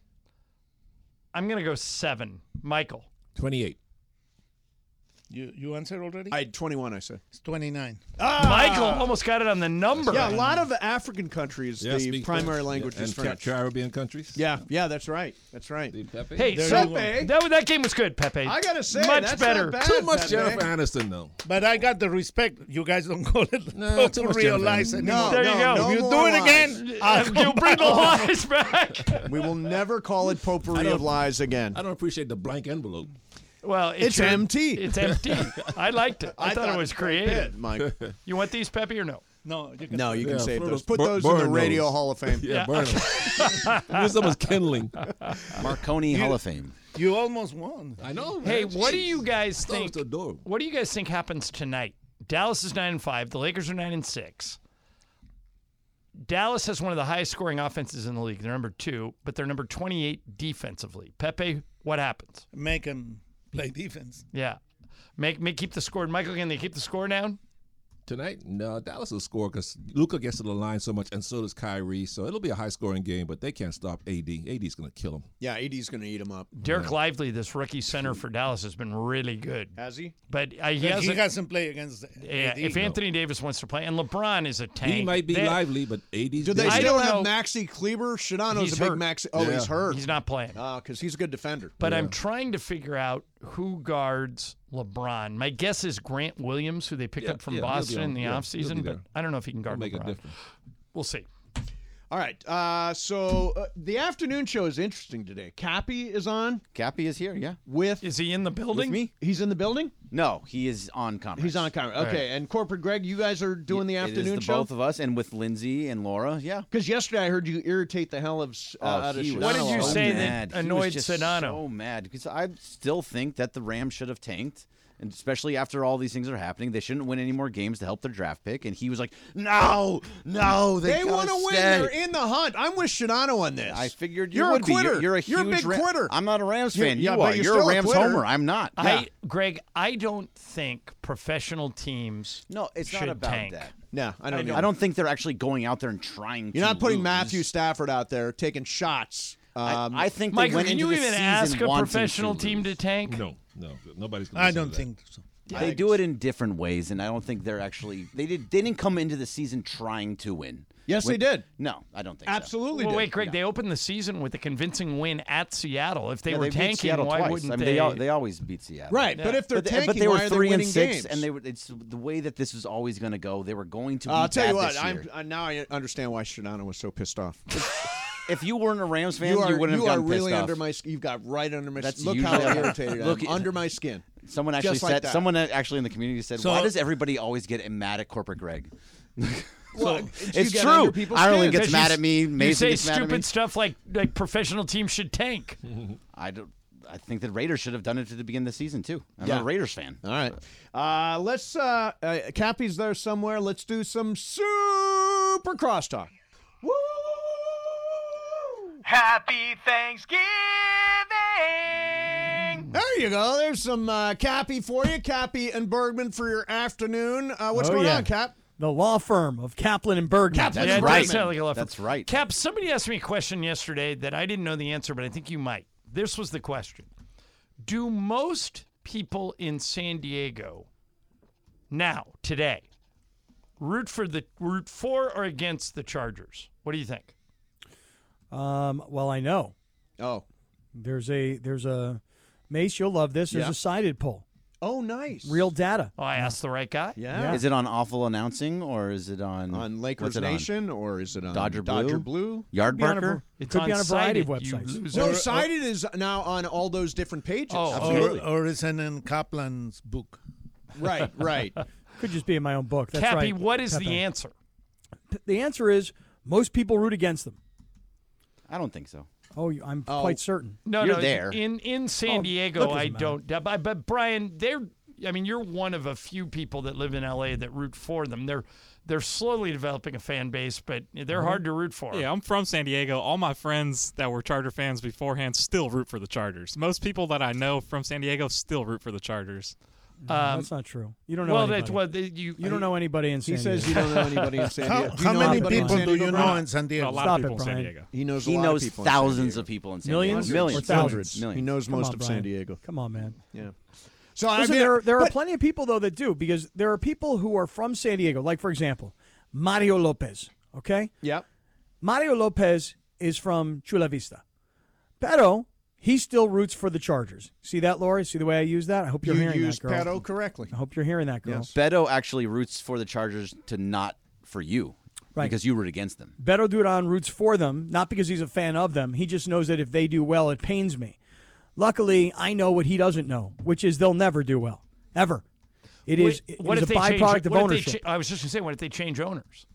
[SPEAKER 2] I'm going to go seven. Michael.
[SPEAKER 6] 28.
[SPEAKER 7] You you answered already?
[SPEAKER 1] I 21. I said.
[SPEAKER 7] It's 29.
[SPEAKER 2] Michael almost got it on the number.
[SPEAKER 1] Yeah, a lot of African countries,
[SPEAKER 6] Yeah,
[SPEAKER 1] the
[SPEAKER 6] speak French.
[SPEAKER 1] primary language
[SPEAKER 6] Yeah,
[SPEAKER 1] is
[SPEAKER 6] and
[SPEAKER 1] French.
[SPEAKER 6] Ca- Caribbean countries.
[SPEAKER 1] Yeah, yeah, that's right. That's right.
[SPEAKER 6] The Pepe.
[SPEAKER 2] Hey,
[SPEAKER 7] There
[SPEAKER 2] so
[SPEAKER 7] you go.
[SPEAKER 2] that, that game was good, Pepe.
[SPEAKER 1] I gotta say,
[SPEAKER 2] much
[SPEAKER 1] that's
[SPEAKER 2] better.
[SPEAKER 1] Not bad,
[SPEAKER 6] too much
[SPEAKER 1] Pepe.
[SPEAKER 6] Jennifer Aniston, though.
[SPEAKER 7] But I got the respect. You guys don't call it
[SPEAKER 6] No, too
[SPEAKER 7] to
[SPEAKER 6] much
[SPEAKER 7] realize
[SPEAKER 6] Jennifer.
[SPEAKER 7] anymore.
[SPEAKER 2] There you go.
[SPEAKER 1] no
[SPEAKER 7] if you do
[SPEAKER 1] more
[SPEAKER 7] it
[SPEAKER 1] lies.
[SPEAKER 7] again, I'll
[SPEAKER 2] Uh, You'll
[SPEAKER 7] come
[SPEAKER 2] bring
[SPEAKER 7] back
[SPEAKER 2] the
[SPEAKER 7] on.
[SPEAKER 2] lies back.
[SPEAKER 1] we will never call it
[SPEAKER 6] I
[SPEAKER 1] potpourri
[SPEAKER 6] don't-
[SPEAKER 1] of lies again.
[SPEAKER 6] I don't appreciate the blank envelope.
[SPEAKER 2] Well,
[SPEAKER 1] It's
[SPEAKER 2] your-
[SPEAKER 1] empty.
[SPEAKER 2] It's empty. I liked it. I, thought, it was creative.
[SPEAKER 1] Mike.
[SPEAKER 2] You want these, Peppy, or no?
[SPEAKER 7] No, you can
[SPEAKER 1] No, you can
[SPEAKER 6] Yeah,
[SPEAKER 1] save
[SPEAKER 6] throw
[SPEAKER 1] those.
[SPEAKER 6] those-
[SPEAKER 1] Put
[SPEAKER 6] bur-
[SPEAKER 1] those in the
[SPEAKER 6] burn
[SPEAKER 1] Radio
[SPEAKER 6] those.
[SPEAKER 1] Hall of Fame.
[SPEAKER 6] Yeah, burn them. Use them as kindling.
[SPEAKER 9] Marconi Hall of Fame.
[SPEAKER 7] You almost won.
[SPEAKER 6] I know.
[SPEAKER 2] Hey,
[SPEAKER 6] man.
[SPEAKER 2] what do
[SPEAKER 6] Jeez.
[SPEAKER 2] you guys
[SPEAKER 6] Thought it was
[SPEAKER 2] think?
[SPEAKER 6] adorable.
[SPEAKER 2] What do you guys think happens tonight? Dallas is nine and five. The Lakers are nine and six. Dallas has one of the highest scoring offenses in the league. They're number two, but they're number twenty-eight defensively. Pepe, what happens?
[SPEAKER 7] Make him play defense.
[SPEAKER 2] Yeah, make make keep the score. Michael, can they keep the score down?
[SPEAKER 6] Tonight, no, Dallas will score because Luca gets to the line so much, and so does Kyrie. So it'll be a high scoring game, but they can't stop AD. AD's going to kill him.
[SPEAKER 1] Yeah, AD's going to eat him up.
[SPEAKER 2] Derek Lively, this rookie center for Dallas, has been really good,
[SPEAKER 1] Has he?
[SPEAKER 2] but uh, he
[SPEAKER 7] He hasn't,
[SPEAKER 2] hasn't.
[SPEAKER 7] played against.
[SPEAKER 2] Yeah,
[SPEAKER 7] AD.
[SPEAKER 2] if Anthony Davis wants to play, and LeBron is a tank,
[SPEAKER 6] He might be
[SPEAKER 2] They-
[SPEAKER 6] lively, but AD's
[SPEAKER 1] Do they
[SPEAKER 2] I
[SPEAKER 1] still
[SPEAKER 2] don't
[SPEAKER 1] have
[SPEAKER 2] know.
[SPEAKER 1] Maxi Kleber? Shadano's
[SPEAKER 2] He's
[SPEAKER 1] a big
[SPEAKER 2] hurt.
[SPEAKER 1] Maxi. Oh, he's
[SPEAKER 6] Yeah.
[SPEAKER 1] hurt.
[SPEAKER 2] He's not playing.
[SPEAKER 1] because he's a good defender.
[SPEAKER 2] But I'm trying to figure out who guards LeBron. My guess is Grant Williams, who they picked
[SPEAKER 6] Yeah,
[SPEAKER 2] up from
[SPEAKER 6] yeah, he'll be
[SPEAKER 2] Boston in
[SPEAKER 6] on.
[SPEAKER 2] the
[SPEAKER 6] Yeah, he'll
[SPEAKER 2] offseason,
[SPEAKER 6] be
[SPEAKER 2] but
[SPEAKER 6] there.
[SPEAKER 2] I don't know if he can guard
[SPEAKER 6] make a
[SPEAKER 2] LeBron.
[SPEAKER 6] difference.
[SPEAKER 2] We'll see.
[SPEAKER 1] All right. Uh, so uh, the afternoon show is interesting today. Cappy is on
[SPEAKER 9] Cappy is here. Yeah.
[SPEAKER 1] with.
[SPEAKER 2] Is he in the building?
[SPEAKER 9] me?
[SPEAKER 1] He's in the building.
[SPEAKER 9] No, he is on conference.
[SPEAKER 1] He's on a camera. Okay, and corporate Greg, you guys are doing the
[SPEAKER 9] It is
[SPEAKER 1] afternoon
[SPEAKER 9] the
[SPEAKER 1] show.
[SPEAKER 9] both of us, and with Lindsay and Laura. Yeah.
[SPEAKER 1] Because yesterday I heard you irritate the hell of s- uh,
[SPEAKER 9] Oh,
[SPEAKER 1] out of
[SPEAKER 9] he was
[SPEAKER 2] What did
[SPEAKER 1] Shadano
[SPEAKER 2] you
[SPEAKER 1] all
[SPEAKER 9] so
[SPEAKER 2] say
[SPEAKER 1] day.
[SPEAKER 2] that
[SPEAKER 9] mad. He was
[SPEAKER 2] annoyed
[SPEAKER 9] just
[SPEAKER 2] Sedano?
[SPEAKER 9] So mad because I still think that the Rams should have tanked. and especially after all these things are happening, they shouldn't win any more games to help their draft pick. And he was like, "No, no, they,
[SPEAKER 1] They want to
[SPEAKER 9] gotta
[SPEAKER 1] win.
[SPEAKER 9] stay."
[SPEAKER 1] They're in the hunt. I'm with Shadano on this.
[SPEAKER 9] I figured you
[SPEAKER 1] you're
[SPEAKER 9] would
[SPEAKER 1] a
[SPEAKER 9] be. You're-
[SPEAKER 1] quitter.
[SPEAKER 9] You're, a
[SPEAKER 1] You're a
[SPEAKER 9] huge
[SPEAKER 1] big
[SPEAKER 9] Ra-
[SPEAKER 1] quitter.
[SPEAKER 9] I'm not a Rams
[SPEAKER 1] You're-
[SPEAKER 9] fan.
[SPEAKER 1] yeah,
[SPEAKER 9] you
[SPEAKER 1] but
[SPEAKER 9] are.
[SPEAKER 1] you're
[SPEAKER 9] a
[SPEAKER 1] still a
[SPEAKER 9] Rams
[SPEAKER 1] quitter.
[SPEAKER 9] homer. I'm not. Yeah.
[SPEAKER 2] I, Greg, I don't think professional teams.
[SPEAKER 9] no, it's not
[SPEAKER 2] should
[SPEAKER 9] about
[SPEAKER 2] tank.
[SPEAKER 9] that.
[SPEAKER 1] no, I don't.
[SPEAKER 9] I
[SPEAKER 1] know.
[SPEAKER 9] don't, think they're actually going out there and trying.
[SPEAKER 1] You're
[SPEAKER 9] to
[SPEAKER 1] not putting
[SPEAKER 9] lose.
[SPEAKER 1] Matthew Stafford out there taking shots. Um,
[SPEAKER 9] I, I think they
[SPEAKER 2] Michael,
[SPEAKER 9] went
[SPEAKER 2] can
[SPEAKER 9] into
[SPEAKER 2] you
[SPEAKER 9] the
[SPEAKER 2] even
[SPEAKER 9] season
[SPEAKER 2] ask a
[SPEAKER 9] wanting
[SPEAKER 2] professional
[SPEAKER 9] to
[SPEAKER 2] team
[SPEAKER 9] lose.
[SPEAKER 2] to tank?
[SPEAKER 6] No, no, nobody's. Gonna
[SPEAKER 7] I
[SPEAKER 6] listen to
[SPEAKER 7] don't
[SPEAKER 6] that.
[SPEAKER 7] think so.
[SPEAKER 9] They do it in different ways, and I don't think they're actually they did they didn't come into the season trying to win.
[SPEAKER 1] Yes, they
[SPEAKER 9] Wait,
[SPEAKER 1] did.
[SPEAKER 9] No, I don't
[SPEAKER 2] Ah,
[SPEAKER 9] think
[SPEAKER 1] absolutely.
[SPEAKER 2] Well,
[SPEAKER 1] did.
[SPEAKER 2] wait, Greg, they opened the season with a convincing win at Seattle. If they
[SPEAKER 9] So. Yeah,
[SPEAKER 2] were
[SPEAKER 9] they
[SPEAKER 2] tanking,
[SPEAKER 9] beat Seattle
[SPEAKER 2] why
[SPEAKER 9] twice.
[SPEAKER 2] wouldn't
[SPEAKER 9] I mean,
[SPEAKER 2] they?
[SPEAKER 9] al- they always beat Seattle.
[SPEAKER 1] Right, but if they're
[SPEAKER 9] but,
[SPEAKER 1] tanking,
[SPEAKER 9] but they were
[SPEAKER 1] why are they
[SPEAKER 9] three and
[SPEAKER 1] winning
[SPEAKER 9] six,
[SPEAKER 1] games?
[SPEAKER 9] and they were. It's the way that this was always going to go. They were going to. Be
[SPEAKER 1] Uh, I'll tell you
[SPEAKER 9] bad
[SPEAKER 1] what.
[SPEAKER 9] this
[SPEAKER 1] I'm
[SPEAKER 9] year.
[SPEAKER 1] uh, now I understand why Shadano was so pissed off.
[SPEAKER 9] If you weren't a Rams fan,
[SPEAKER 1] you
[SPEAKER 9] you,
[SPEAKER 1] are
[SPEAKER 9] wouldn't
[SPEAKER 1] you
[SPEAKER 9] have
[SPEAKER 1] are
[SPEAKER 9] gotten
[SPEAKER 1] really
[SPEAKER 9] pissed
[SPEAKER 1] under
[SPEAKER 9] off.
[SPEAKER 1] my. sk- You've got right under my.
[SPEAKER 9] That's
[SPEAKER 1] Look how
[SPEAKER 9] usually-
[SPEAKER 1] irritated I am.
[SPEAKER 9] Look,
[SPEAKER 1] Under my skin.
[SPEAKER 9] Someone actually
[SPEAKER 1] Just
[SPEAKER 9] said.
[SPEAKER 1] like that.
[SPEAKER 9] Someone actually in the community said,
[SPEAKER 7] So-
[SPEAKER 9] "Why does everybody always get mad at corporate Greg?"
[SPEAKER 1] Well, you
[SPEAKER 9] it's
[SPEAKER 1] get
[SPEAKER 9] true.
[SPEAKER 1] under people's
[SPEAKER 9] Ireland
[SPEAKER 1] skin.
[SPEAKER 9] gets
[SPEAKER 2] Because
[SPEAKER 9] mad
[SPEAKER 2] you-
[SPEAKER 9] at me,
[SPEAKER 2] You
[SPEAKER 9] Mason
[SPEAKER 2] say
[SPEAKER 9] gets mad at
[SPEAKER 2] stupid
[SPEAKER 9] me.
[SPEAKER 2] stuff like like professional teams should tank.
[SPEAKER 9] I don't. I think the Raiders should have done it to the beginning of the season too. I'm
[SPEAKER 1] Yeah.
[SPEAKER 9] a Raiders fan.
[SPEAKER 1] All right. Uh, let's. Uh, uh, Cappy's there somewhere. Let's do some super crosstalk.
[SPEAKER 3] Happy Thanksgiving!
[SPEAKER 1] There you go. There's some uh, Cappy for you. Cappy and Bergman for your afternoon. Uh, what's
[SPEAKER 12] Oh,
[SPEAKER 1] going
[SPEAKER 12] yeah.
[SPEAKER 1] on, Cap?
[SPEAKER 12] The law firm of Kaplan and Bergman.
[SPEAKER 1] Kaplan
[SPEAKER 2] yeah,
[SPEAKER 1] and
[SPEAKER 2] it
[SPEAKER 1] right.
[SPEAKER 2] does sound like a left.
[SPEAKER 9] That's right.
[SPEAKER 2] Cap, somebody asked me a question yesterday that I didn't know the answer, but I think you might. This was the question: Do most people in San Diego now today root for the root for or against the Chargers? What do you think?
[SPEAKER 12] Um, well, I know
[SPEAKER 1] Oh.
[SPEAKER 12] there's a there's a Mace. You'll love this. There's
[SPEAKER 1] Yeah.
[SPEAKER 12] a sided poll,
[SPEAKER 1] Oh, nice.
[SPEAKER 12] real data.
[SPEAKER 2] Oh, I asked the right guy.
[SPEAKER 1] Yeah.
[SPEAKER 12] Yeah.
[SPEAKER 9] Is it on awful announcing or is it on
[SPEAKER 1] On Lakers
[SPEAKER 9] what's it on?
[SPEAKER 1] Nation, or is it on
[SPEAKER 9] Dodger Blue?
[SPEAKER 1] Dodger Blue?
[SPEAKER 9] Yard
[SPEAKER 12] Could be on a
[SPEAKER 9] Barker?
[SPEAKER 12] var-
[SPEAKER 2] It's
[SPEAKER 12] could
[SPEAKER 2] on
[SPEAKER 12] be on a variety of
[SPEAKER 2] Sided, you
[SPEAKER 12] websites.
[SPEAKER 2] loser.
[SPEAKER 1] Well, Sided is now on all those different pages.
[SPEAKER 2] Oh,
[SPEAKER 9] Absolutely.
[SPEAKER 7] Or, or is it in Kaplan's book?
[SPEAKER 1] Right, right.
[SPEAKER 12] Could just be in my own book. That's
[SPEAKER 2] Cappy,
[SPEAKER 12] right.
[SPEAKER 2] what is
[SPEAKER 12] Pepe.
[SPEAKER 2] the answer?
[SPEAKER 12] The answer is most people root against them.
[SPEAKER 9] I don't think so.
[SPEAKER 12] Oh, you- I'm
[SPEAKER 1] Oh.
[SPEAKER 12] quite certain.
[SPEAKER 2] No,
[SPEAKER 9] You're
[SPEAKER 2] no,
[SPEAKER 9] there.
[SPEAKER 2] in in San
[SPEAKER 12] Oh,
[SPEAKER 2] Diego.
[SPEAKER 12] that
[SPEAKER 2] I
[SPEAKER 12] doesn't matter.
[SPEAKER 2] don't. But, but Brian, they're. I mean, you're one of a few people that live in LA that root for them. They're they're slowly developing a fan base, but
[SPEAKER 12] Mm-hmm.
[SPEAKER 2] they're hard to root for.
[SPEAKER 11] Yeah, I'm from San Diego. All my friends that were Charger fans beforehand still root for the Chargers. Most people that I know from San Diego still root for the Chargers.
[SPEAKER 2] Um,
[SPEAKER 12] That's not true. You don't know.
[SPEAKER 2] well,
[SPEAKER 12] anybody.
[SPEAKER 2] that's what they- you.
[SPEAKER 12] you don't know anybody in San
[SPEAKER 1] He says you
[SPEAKER 12] Diego.
[SPEAKER 1] don't know anybody in San
[SPEAKER 7] How,
[SPEAKER 1] Diego. Do you
[SPEAKER 7] how
[SPEAKER 1] know
[SPEAKER 7] many
[SPEAKER 1] anybody in
[SPEAKER 7] people
[SPEAKER 1] San
[SPEAKER 7] do
[SPEAKER 1] Diego,
[SPEAKER 7] you know
[SPEAKER 1] Brian?
[SPEAKER 7] in San
[SPEAKER 11] a
[SPEAKER 7] Diego?
[SPEAKER 11] lot
[SPEAKER 12] Stop
[SPEAKER 11] of
[SPEAKER 12] it,
[SPEAKER 11] people in San
[SPEAKER 12] Brian.
[SPEAKER 11] Diego.
[SPEAKER 1] He knows.
[SPEAKER 9] He
[SPEAKER 1] a lot
[SPEAKER 9] knows
[SPEAKER 1] of people in San
[SPEAKER 9] thousands
[SPEAKER 1] Diego.
[SPEAKER 9] of people in San
[SPEAKER 12] Millions?
[SPEAKER 9] Diego. Millions.
[SPEAKER 12] Or thousands?
[SPEAKER 1] Hundreds.
[SPEAKER 9] Millions.
[SPEAKER 1] He knows
[SPEAKER 12] Come
[SPEAKER 1] most
[SPEAKER 12] on,
[SPEAKER 1] of
[SPEAKER 12] Brian.
[SPEAKER 1] San Diego.
[SPEAKER 12] Come on, man.
[SPEAKER 1] Yeah. So I
[SPEAKER 12] Listen,
[SPEAKER 1] mean,
[SPEAKER 12] there are, there are
[SPEAKER 1] but-
[SPEAKER 12] plenty of people though that do because there are people who are from San Diego. Like for example, Mario Lopez. Okay,
[SPEAKER 1] Yep.
[SPEAKER 12] Mario Lopez is from Chula Vista. Pero he still roots for the Chargers. See that, Lori? See the way I use that? I hope you're
[SPEAKER 1] You
[SPEAKER 12] hearing
[SPEAKER 1] used
[SPEAKER 12] that, girl.
[SPEAKER 1] pedo correctly.
[SPEAKER 12] I hope you're hearing that, girl.
[SPEAKER 1] Yes.
[SPEAKER 9] Beto actually roots for the Chargers to not for you.
[SPEAKER 12] Right.
[SPEAKER 9] Because you root against them.
[SPEAKER 12] Beto Duran roots for them, not because he's a fan of them. He just knows that if they do well, it pains me. Luckily, I know what he doesn't know, which is they'll never do well, ever. It is it
[SPEAKER 2] what
[SPEAKER 12] is
[SPEAKER 2] if
[SPEAKER 12] a
[SPEAKER 2] they change-
[SPEAKER 12] byproduct of
[SPEAKER 2] what if they
[SPEAKER 12] ownership.
[SPEAKER 2] cha- I was just gonna say, what if they change owners?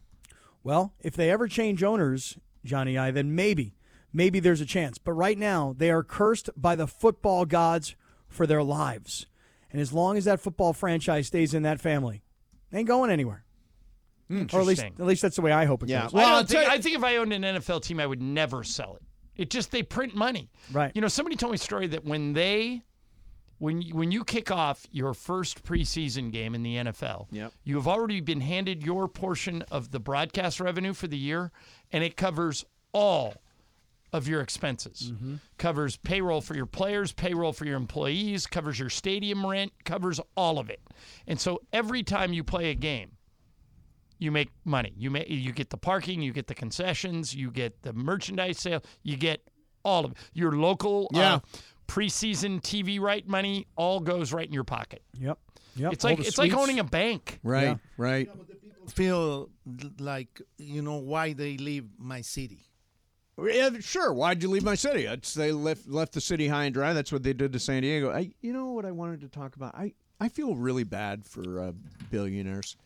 [SPEAKER 12] Well, if they ever change owners, Johnny I, then maybe, maybe there's a chance. But right now, they are cursed by the football gods for their lives. And as long as that football franchise stays in that family, they ain't going anywhere. Or at least,
[SPEAKER 2] Interesting.
[SPEAKER 12] at least that's the way I hope it
[SPEAKER 1] Yeah.
[SPEAKER 12] goes.
[SPEAKER 1] Well,
[SPEAKER 2] I,
[SPEAKER 1] I'll
[SPEAKER 2] don't think,
[SPEAKER 1] tell you-
[SPEAKER 2] I think if I owned an NFL team, I would never sell it. It just they print money.
[SPEAKER 12] Right.
[SPEAKER 2] You know, somebody told me a story that when they, when you- when you kick off your first preseason game in the NFL,
[SPEAKER 1] Yep.
[SPEAKER 2] you have already been handed your portion of the broadcast revenue for the year, and it covers all of your expenses.
[SPEAKER 1] Mm-hmm.
[SPEAKER 2] Covers payroll for your players, payroll for your employees, covers your stadium rent, covers all of it. And so every time you play a game, you make money. You make you get the parking, you get the concessions, you get the merchandise sale, you get all of it. Your local
[SPEAKER 1] Yeah.
[SPEAKER 2] uh, preseason TV right money all goes right in your pocket.
[SPEAKER 12] Yep. Yep.
[SPEAKER 2] It's like it's like owning a bank.
[SPEAKER 1] Right. Right.
[SPEAKER 7] Feel like you know why they leave my city.
[SPEAKER 1] Yeah, sure. Why'd you leave my city? It's, they left left the city high and dry. That's what they did to San Diego. I, you know what I wanted to talk about. I, I feel really bad for uh, billionaires.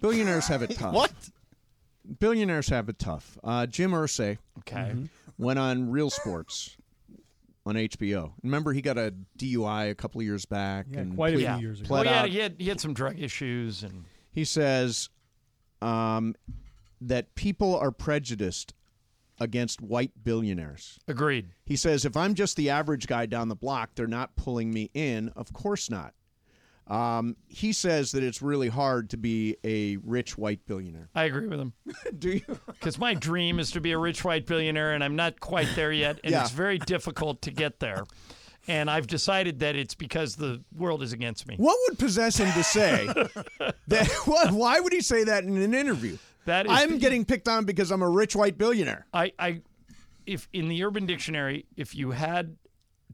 [SPEAKER 1] Billionaires have it tough. what?
[SPEAKER 2] Mm-hmm.
[SPEAKER 1] Billionaires have it tough. Uh, Jim Irsay
[SPEAKER 2] Okay.
[SPEAKER 1] went on Real Sports on HBO. Remember, he got a DUI a couple of years back.
[SPEAKER 2] Yeah,
[SPEAKER 1] and
[SPEAKER 2] quite a
[SPEAKER 1] ple-
[SPEAKER 2] few years ago.
[SPEAKER 1] pled
[SPEAKER 2] Well, yeah,
[SPEAKER 1] out.
[SPEAKER 2] he had, he had some drug issues and
[SPEAKER 1] He says um, that people are prejudiced against white billionaires.
[SPEAKER 2] Agreed.
[SPEAKER 1] He says, if I'm just the average guy down the block, they're not pulling me in. Of course not. Um, he says that it's really hard to be a rich white billionaire.
[SPEAKER 2] I agree with him.
[SPEAKER 1] Do you?
[SPEAKER 2] Because my dream is to be a rich white billionaire, and I'm not quite there yet, and
[SPEAKER 1] Yeah.
[SPEAKER 2] it's very difficult to get there. And I've decided that it's because the world is against me.
[SPEAKER 1] What would possess him to say that? What, why would he say that in an interview?
[SPEAKER 2] That is
[SPEAKER 1] I'm
[SPEAKER 2] the-
[SPEAKER 1] getting picked on because I'm a rich white billionaire.
[SPEAKER 2] I, I, if in the Urban Dictionary, if you had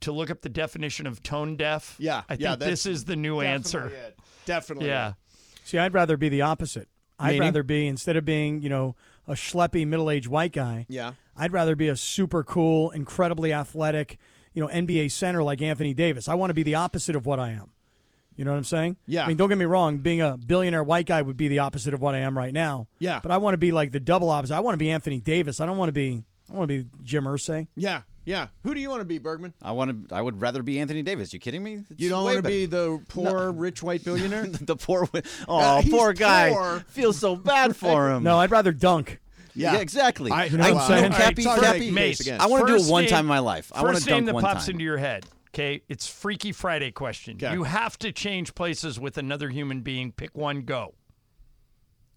[SPEAKER 2] to look up the definition of tone deaf,
[SPEAKER 1] Yeah,
[SPEAKER 2] I think
[SPEAKER 1] yeah, that's
[SPEAKER 2] this is the new answer.
[SPEAKER 1] Definitely.
[SPEAKER 2] Yeah,
[SPEAKER 12] See, I'd rather be the opposite. I'd
[SPEAKER 1] Meaning?
[SPEAKER 12] rather be instead of being, you know, a schleppy middle-aged white guy.
[SPEAKER 1] Yeah.
[SPEAKER 12] I'd rather be a super cool, incredibly athletic, you know, NBA center like Anthony Davis. I want to be the opposite of what I am. You know what I'm saying?
[SPEAKER 1] Yeah.
[SPEAKER 12] I mean, don't get me wrong. Being a billionaire white guy would be the opposite of what I am right now.
[SPEAKER 1] Yeah.
[SPEAKER 12] But I want to be like the double opposite. I want to be Anthony Davis. I don't want to be. I want to be Jim Irsay.
[SPEAKER 1] Yeah. Yeah. Who do you want to be, Bergman?
[SPEAKER 9] I want to. I would rather be Anthony Davis. You kidding me? It's
[SPEAKER 1] You don't
[SPEAKER 9] way
[SPEAKER 1] want to
[SPEAKER 9] better.
[SPEAKER 1] be the poor rich white billionaire?
[SPEAKER 9] the poor. wi- Oh,
[SPEAKER 1] Uh, he's
[SPEAKER 9] poor guy.
[SPEAKER 1] poor.
[SPEAKER 9] Feels so bad for him.
[SPEAKER 12] No, I'd rather dunk.
[SPEAKER 9] Yeah, exactly.
[SPEAKER 1] I-
[SPEAKER 9] You
[SPEAKER 1] know
[SPEAKER 12] what I'm saying?
[SPEAKER 9] Cappy,
[SPEAKER 1] All right, sorry,
[SPEAKER 9] Cappy,
[SPEAKER 1] Mace.
[SPEAKER 9] Mace. I want to do
[SPEAKER 2] First
[SPEAKER 9] it one
[SPEAKER 2] name-
[SPEAKER 9] time in my life. I want to
[SPEAKER 2] First name
[SPEAKER 9] dunk
[SPEAKER 2] that
[SPEAKER 9] one
[SPEAKER 2] pops
[SPEAKER 9] time.
[SPEAKER 2] into your head. Okay, it's Freaky Friday question.
[SPEAKER 1] Okay.
[SPEAKER 2] You have to change places with another human being. Pick one. Go.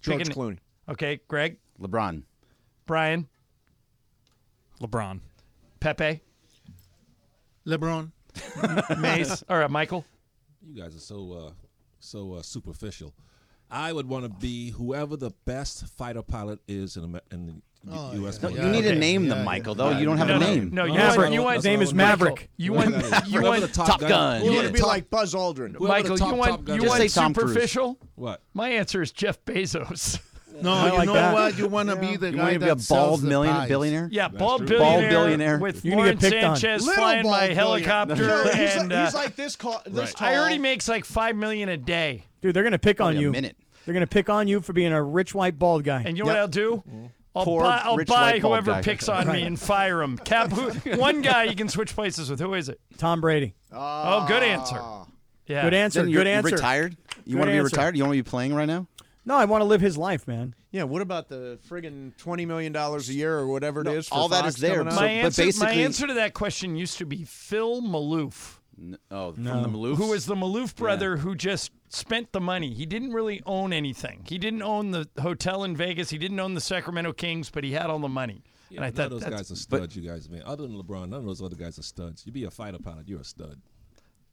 [SPEAKER 1] George
[SPEAKER 2] Picking-
[SPEAKER 1] Clooney.
[SPEAKER 2] Okay, Greg,
[SPEAKER 9] LeBron.
[SPEAKER 2] Brian,
[SPEAKER 11] LeBron.
[SPEAKER 2] Pepe,
[SPEAKER 7] LeBron.
[SPEAKER 2] Mace, or uh, Michael.
[SPEAKER 6] You guys are so uh, so uh, superficial. I would want to be whoever the best fighter pilot is in, Amer- in the U- U.S.
[SPEAKER 9] Oh, No,
[SPEAKER 6] military.
[SPEAKER 9] you need a name them, Michael. Though you don't have
[SPEAKER 2] No,
[SPEAKER 9] a
[SPEAKER 2] no,
[SPEAKER 9] name.
[SPEAKER 2] No, you
[SPEAKER 12] Maverick.
[SPEAKER 2] want, you want
[SPEAKER 12] His name is
[SPEAKER 2] Michael,
[SPEAKER 12] Maverick.
[SPEAKER 2] You want you
[SPEAKER 6] Whoever the
[SPEAKER 2] want
[SPEAKER 9] Top Gun.
[SPEAKER 1] You
[SPEAKER 9] Yeah.
[SPEAKER 1] want to be like Buzz Aldrin.
[SPEAKER 6] whoever
[SPEAKER 2] Michael.
[SPEAKER 6] the top-
[SPEAKER 2] You want
[SPEAKER 6] top guy
[SPEAKER 2] you
[SPEAKER 6] is.
[SPEAKER 9] Just say
[SPEAKER 2] want
[SPEAKER 9] Tom Cruise.
[SPEAKER 2] superficial.
[SPEAKER 6] what?
[SPEAKER 2] My answer is Jeff Bezos.
[SPEAKER 7] No,
[SPEAKER 12] I
[SPEAKER 7] you
[SPEAKER 12] like
[SPEAKER 7] know
[SPEAKER 12] that.
[SPEAKER 7] what? You want to be the
[SPEAKER 9] You
[SPEAKER 7] guy
[SPEAKER 9] want to be a
[SPEAKER 7] that sells
[SPEAKER 9] bald
[SPEAKER 7] the
[SPEAKER 9] millionaire,
[SPEAKER 7] pies.
[SPEAKER 9] billionaire?
[SPEAKER 2] Yeah, bald
[SPEAKER 6] true.
[SPEAKER 2] billionaire,
[SPEAKER 9] Bald billionaire.
[SPEAKER 2] with
[SPEAKER 12] You're gonna
[SPEAKER 2] Lauren
[SPEAKER 12] get picked on.
[SPEAKER 2] Sanchez
[SPEAKER 1] Little
[SPEAKER 2] flying
[SPEAKER 1] bald
[SPEAKER 2] my
[SPEAKER 1] billionaire.
[SPEAKER 2] helicopter,
[SPEAKER 1] Sure, he's,
[SPEAKER 2] and
[SPEAKER 1] like, he's
[SPEAKER 2] uh,
[SPEAKER 1] like this call. This tall.
[SPEAKER 2] I already makes like five million a day.
[SPEAKER 12] Dude, they're gonna pick on
[SPEAKER 9] Wait a
[SPEAKER 12] you.
[SPEAKER 9] minute.
[SPEAKER 12] They're gonna pick on you for being a rich white bald guy.
[SPEAKER 2] And you know what I'll do? I'll
[SPEAKER 9] Poor,
[SPEAKER 2] buy, I'll
[SPEAKER 9] rich,
[SPEAKER 2] buy
[SPEAKER 9] white, bald
[SPEAKER 2] whoever
[SPEAKER 9] guy.
[SPEAKER 2] picks on me and fire him. Cap, who, one guy you can switch places with. Who is it?
[SPEAKER 12] Tom Brady.
[SPEAKER 2] Oh, good answer. Yeah.
[SPEAKER 12] Good answer.
[SPEAKER 9] Ah. Then you're
[SPEAKER 12] good answer.
[SPEAKER 9] Retired. You
[SPEAKER 12] Good
[SPEAKER 9] want to be
[SPEAKER 12] answer.
[SPEAKER 9] retired? You want to be playing right now?
[SPEAKER 12] No, I want to live his life, man.
[SPEAKER 1] Yeah. What about the friggin' twenty million dollars a year or whatever it is? For
[SPEAKER 9] all that
[SPEAKER 1] Fox
[SPEAKER 9] is there.
[SPEAKER 1] coming up?
[SPEAKER 9] So-
[SPEAKER 2] My
[SPEAKER 9] but
[SPEAKER 2] answer, my
[SPEAKER 9] basically-
[SPEAKER 2] answer to that question used to be Phil Maloof,
[SPEAKER 9] Oh, from the Maloof.
[SPEAKER 2] who was the Maloof brother who just spent the money. He didn't really own anything. He didn't own the hotel in Vegas. He didn't own the Sacramento Kings, but he had all the money. and I
[SPEAKER 6] None of
[SPEAKER 2] thought
[SPEAKER 6] those
[SPEAKER 2] that's
[SPEAKER 6] guys are studs, you guys, man. Other than LeBron, none of those other guys are studs. You be a fighter pilot, you're a stud.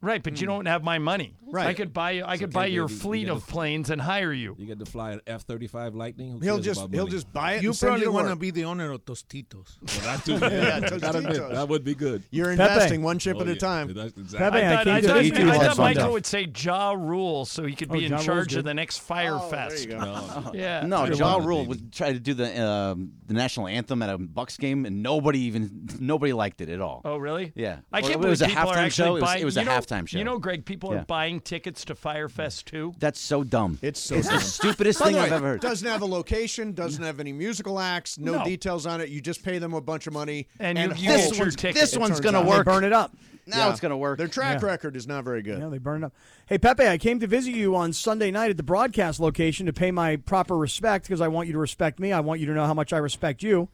[SPEAKER 2] right, but
[SPEAKER 9] Hmm.
[SPEAKER 2] you don't have my money. Right. I could buy I could
[SPEAKER 6] okay,
[SPEAKER 2] buy your
[SPEAKER 6] baby. You
[SPEAKER 2] fleet
[SPEAKER 6] get
[SPEAKER 2] of
[SPEAKER 6] the-
[SPEAKER 2] planes and hire you.
[SPEAKER 6] You get to fly an F thirty five Lightning. Who
[SPEAKER 1] he'll
[SPEAKER 6] cares
[SPEAKER 1] just
[SPEAKER 6] about
[SPEAKER 1] he'll
[SPEAKER 6] money?
[SPEAKER 1] just buy it.
[SPEAKER 7] You
[SPEAKER 1] and send
[SPEAKER 7] probably
[SPEAKER 1] you
[SPEAKER 7] want to
[SPEAKER 1] work.
[SPEAKER 7] be the owner of Tostitos.
[SPEAKER 6] Well, that, too, Gotta admit,
[SPEAKER 1] Tostitos.
[SPEAKER 6] that would be good.
[SPEAKER 1] You're
[SPEAKER 12] Pepe.
[SPEAKER 1] investing one chip
[SPEAKER 6] Oh,
[SPEAKER 1] at
[SPEAKER 6] yeah.
[SPEAKER 1] a time.
[SPEAKER 6] That's exactly.
[SPEAKER 12] Pepe,
[SPEAKER 2] I thought,
[SPEAKER 12] came
[SPEAKER 2] I
[SPEAKER 12] to
[SPEAKER 2] thought,
[SPEAKER 12] the
[SPEAKER 2] I
[SPEAKER 12] ATL
[SPEAKER 2] thought
[SPEAKER 12] on
[SPEAKER 2] Michael
[SPEAKER 12] Sunday.
[SPEAKER 2] would say Jaw Rule so he could
[SPEAKER 12] Oh,
[SPEAKER 2] be in
[SPEAKER 12] Ja
[SPEAKER 2] charge
[SPEAKER 12] Rule's
[SPEAKER 2] of the next Fire
[SPEAKER 1] Oh, there
[SPEAKER 2] Fest.
[SPEAKER 1] you go.
[SPEAKER 2] Yeah.
[SPEAKER 9] No, Ja
[SPEAKER 6] wanted,
[SPEAKER 9] Rule
[SPEAKER 6] baby.
[SPEAKER 9] would try to do the um, the national anthem at a Bucks game, and nobody even nobody liked it at all.
[SPEAKER 2] Oh, really?
[SPEAKER 9] Yeah.
[SPEAKER 2] I
[SPEAKER 9] Well,
[SPEAKER 2] can't
[SPEAKER 9] it
[SPEAKER 2] believe
[SPEAKER 9] was a
[SPEAKER 2] people are
[SPEAKER 9] halftime
[SPEAKER 2] actually
[SPEAKER 9] show. It was-
[SPEAKER 2] buying-
[SPEAKER 9] it was a
[SPEAKER 2] you know-
[SPEAKER 9] halftime show.
[SPEAKER 2] You know, Greg, people
[SPEAKER 9] Yeah.
[SPEAKER 2] are buying tickets to Firefest too.
[SPEAKER 9] That's so dumb.
[SPEAKER 1] It's so
[SPEAKER 9] the
[SPEAKER 1] dumb.
[SPEAKER 9] stupidest
[SPEAKER 1] By
[SPEAKER 9] thing
[SPEAKER 1] the way,
[SPEAKER 9] I've ever heard.
[SPEAKER 1] doesn't have a location, doesn't have any musical acts, no,
[SPEAKER 2] No.
[SPEAKER 1] details on it. You just pay them a bunch of money,
[SPEAKER 2] And you- you
[SPEAKER 1] hope-
[SPEAKER 2] get your ticket.
[SPEAKER 9] this
[SPEAKER 1] it
[SPEAKER 9] one's
[SPEAKER 1] turns
[SPEAKER 9] gonna
[SPEAKER 1] out.
[SPEAKER 12] They
[SPEAKER 9] work.
[SPEAKER 12] burn it up.
[SPEAKER 9] Now
[SPEAKER 1] Yeah.
[SPEAKER 9] it's gonna work.
[SPEAKER 1] Their track
[SPEAKER 12] Yeah.
[SPEAKER 1] record is not very good.
[SPEAKER 12] Yeah, they burn it up. Hey, Pepe, I came to visit you on Sunday night at the broadcast location to pay my proper respect because I want you to respect me. I want you to know how much I respect you.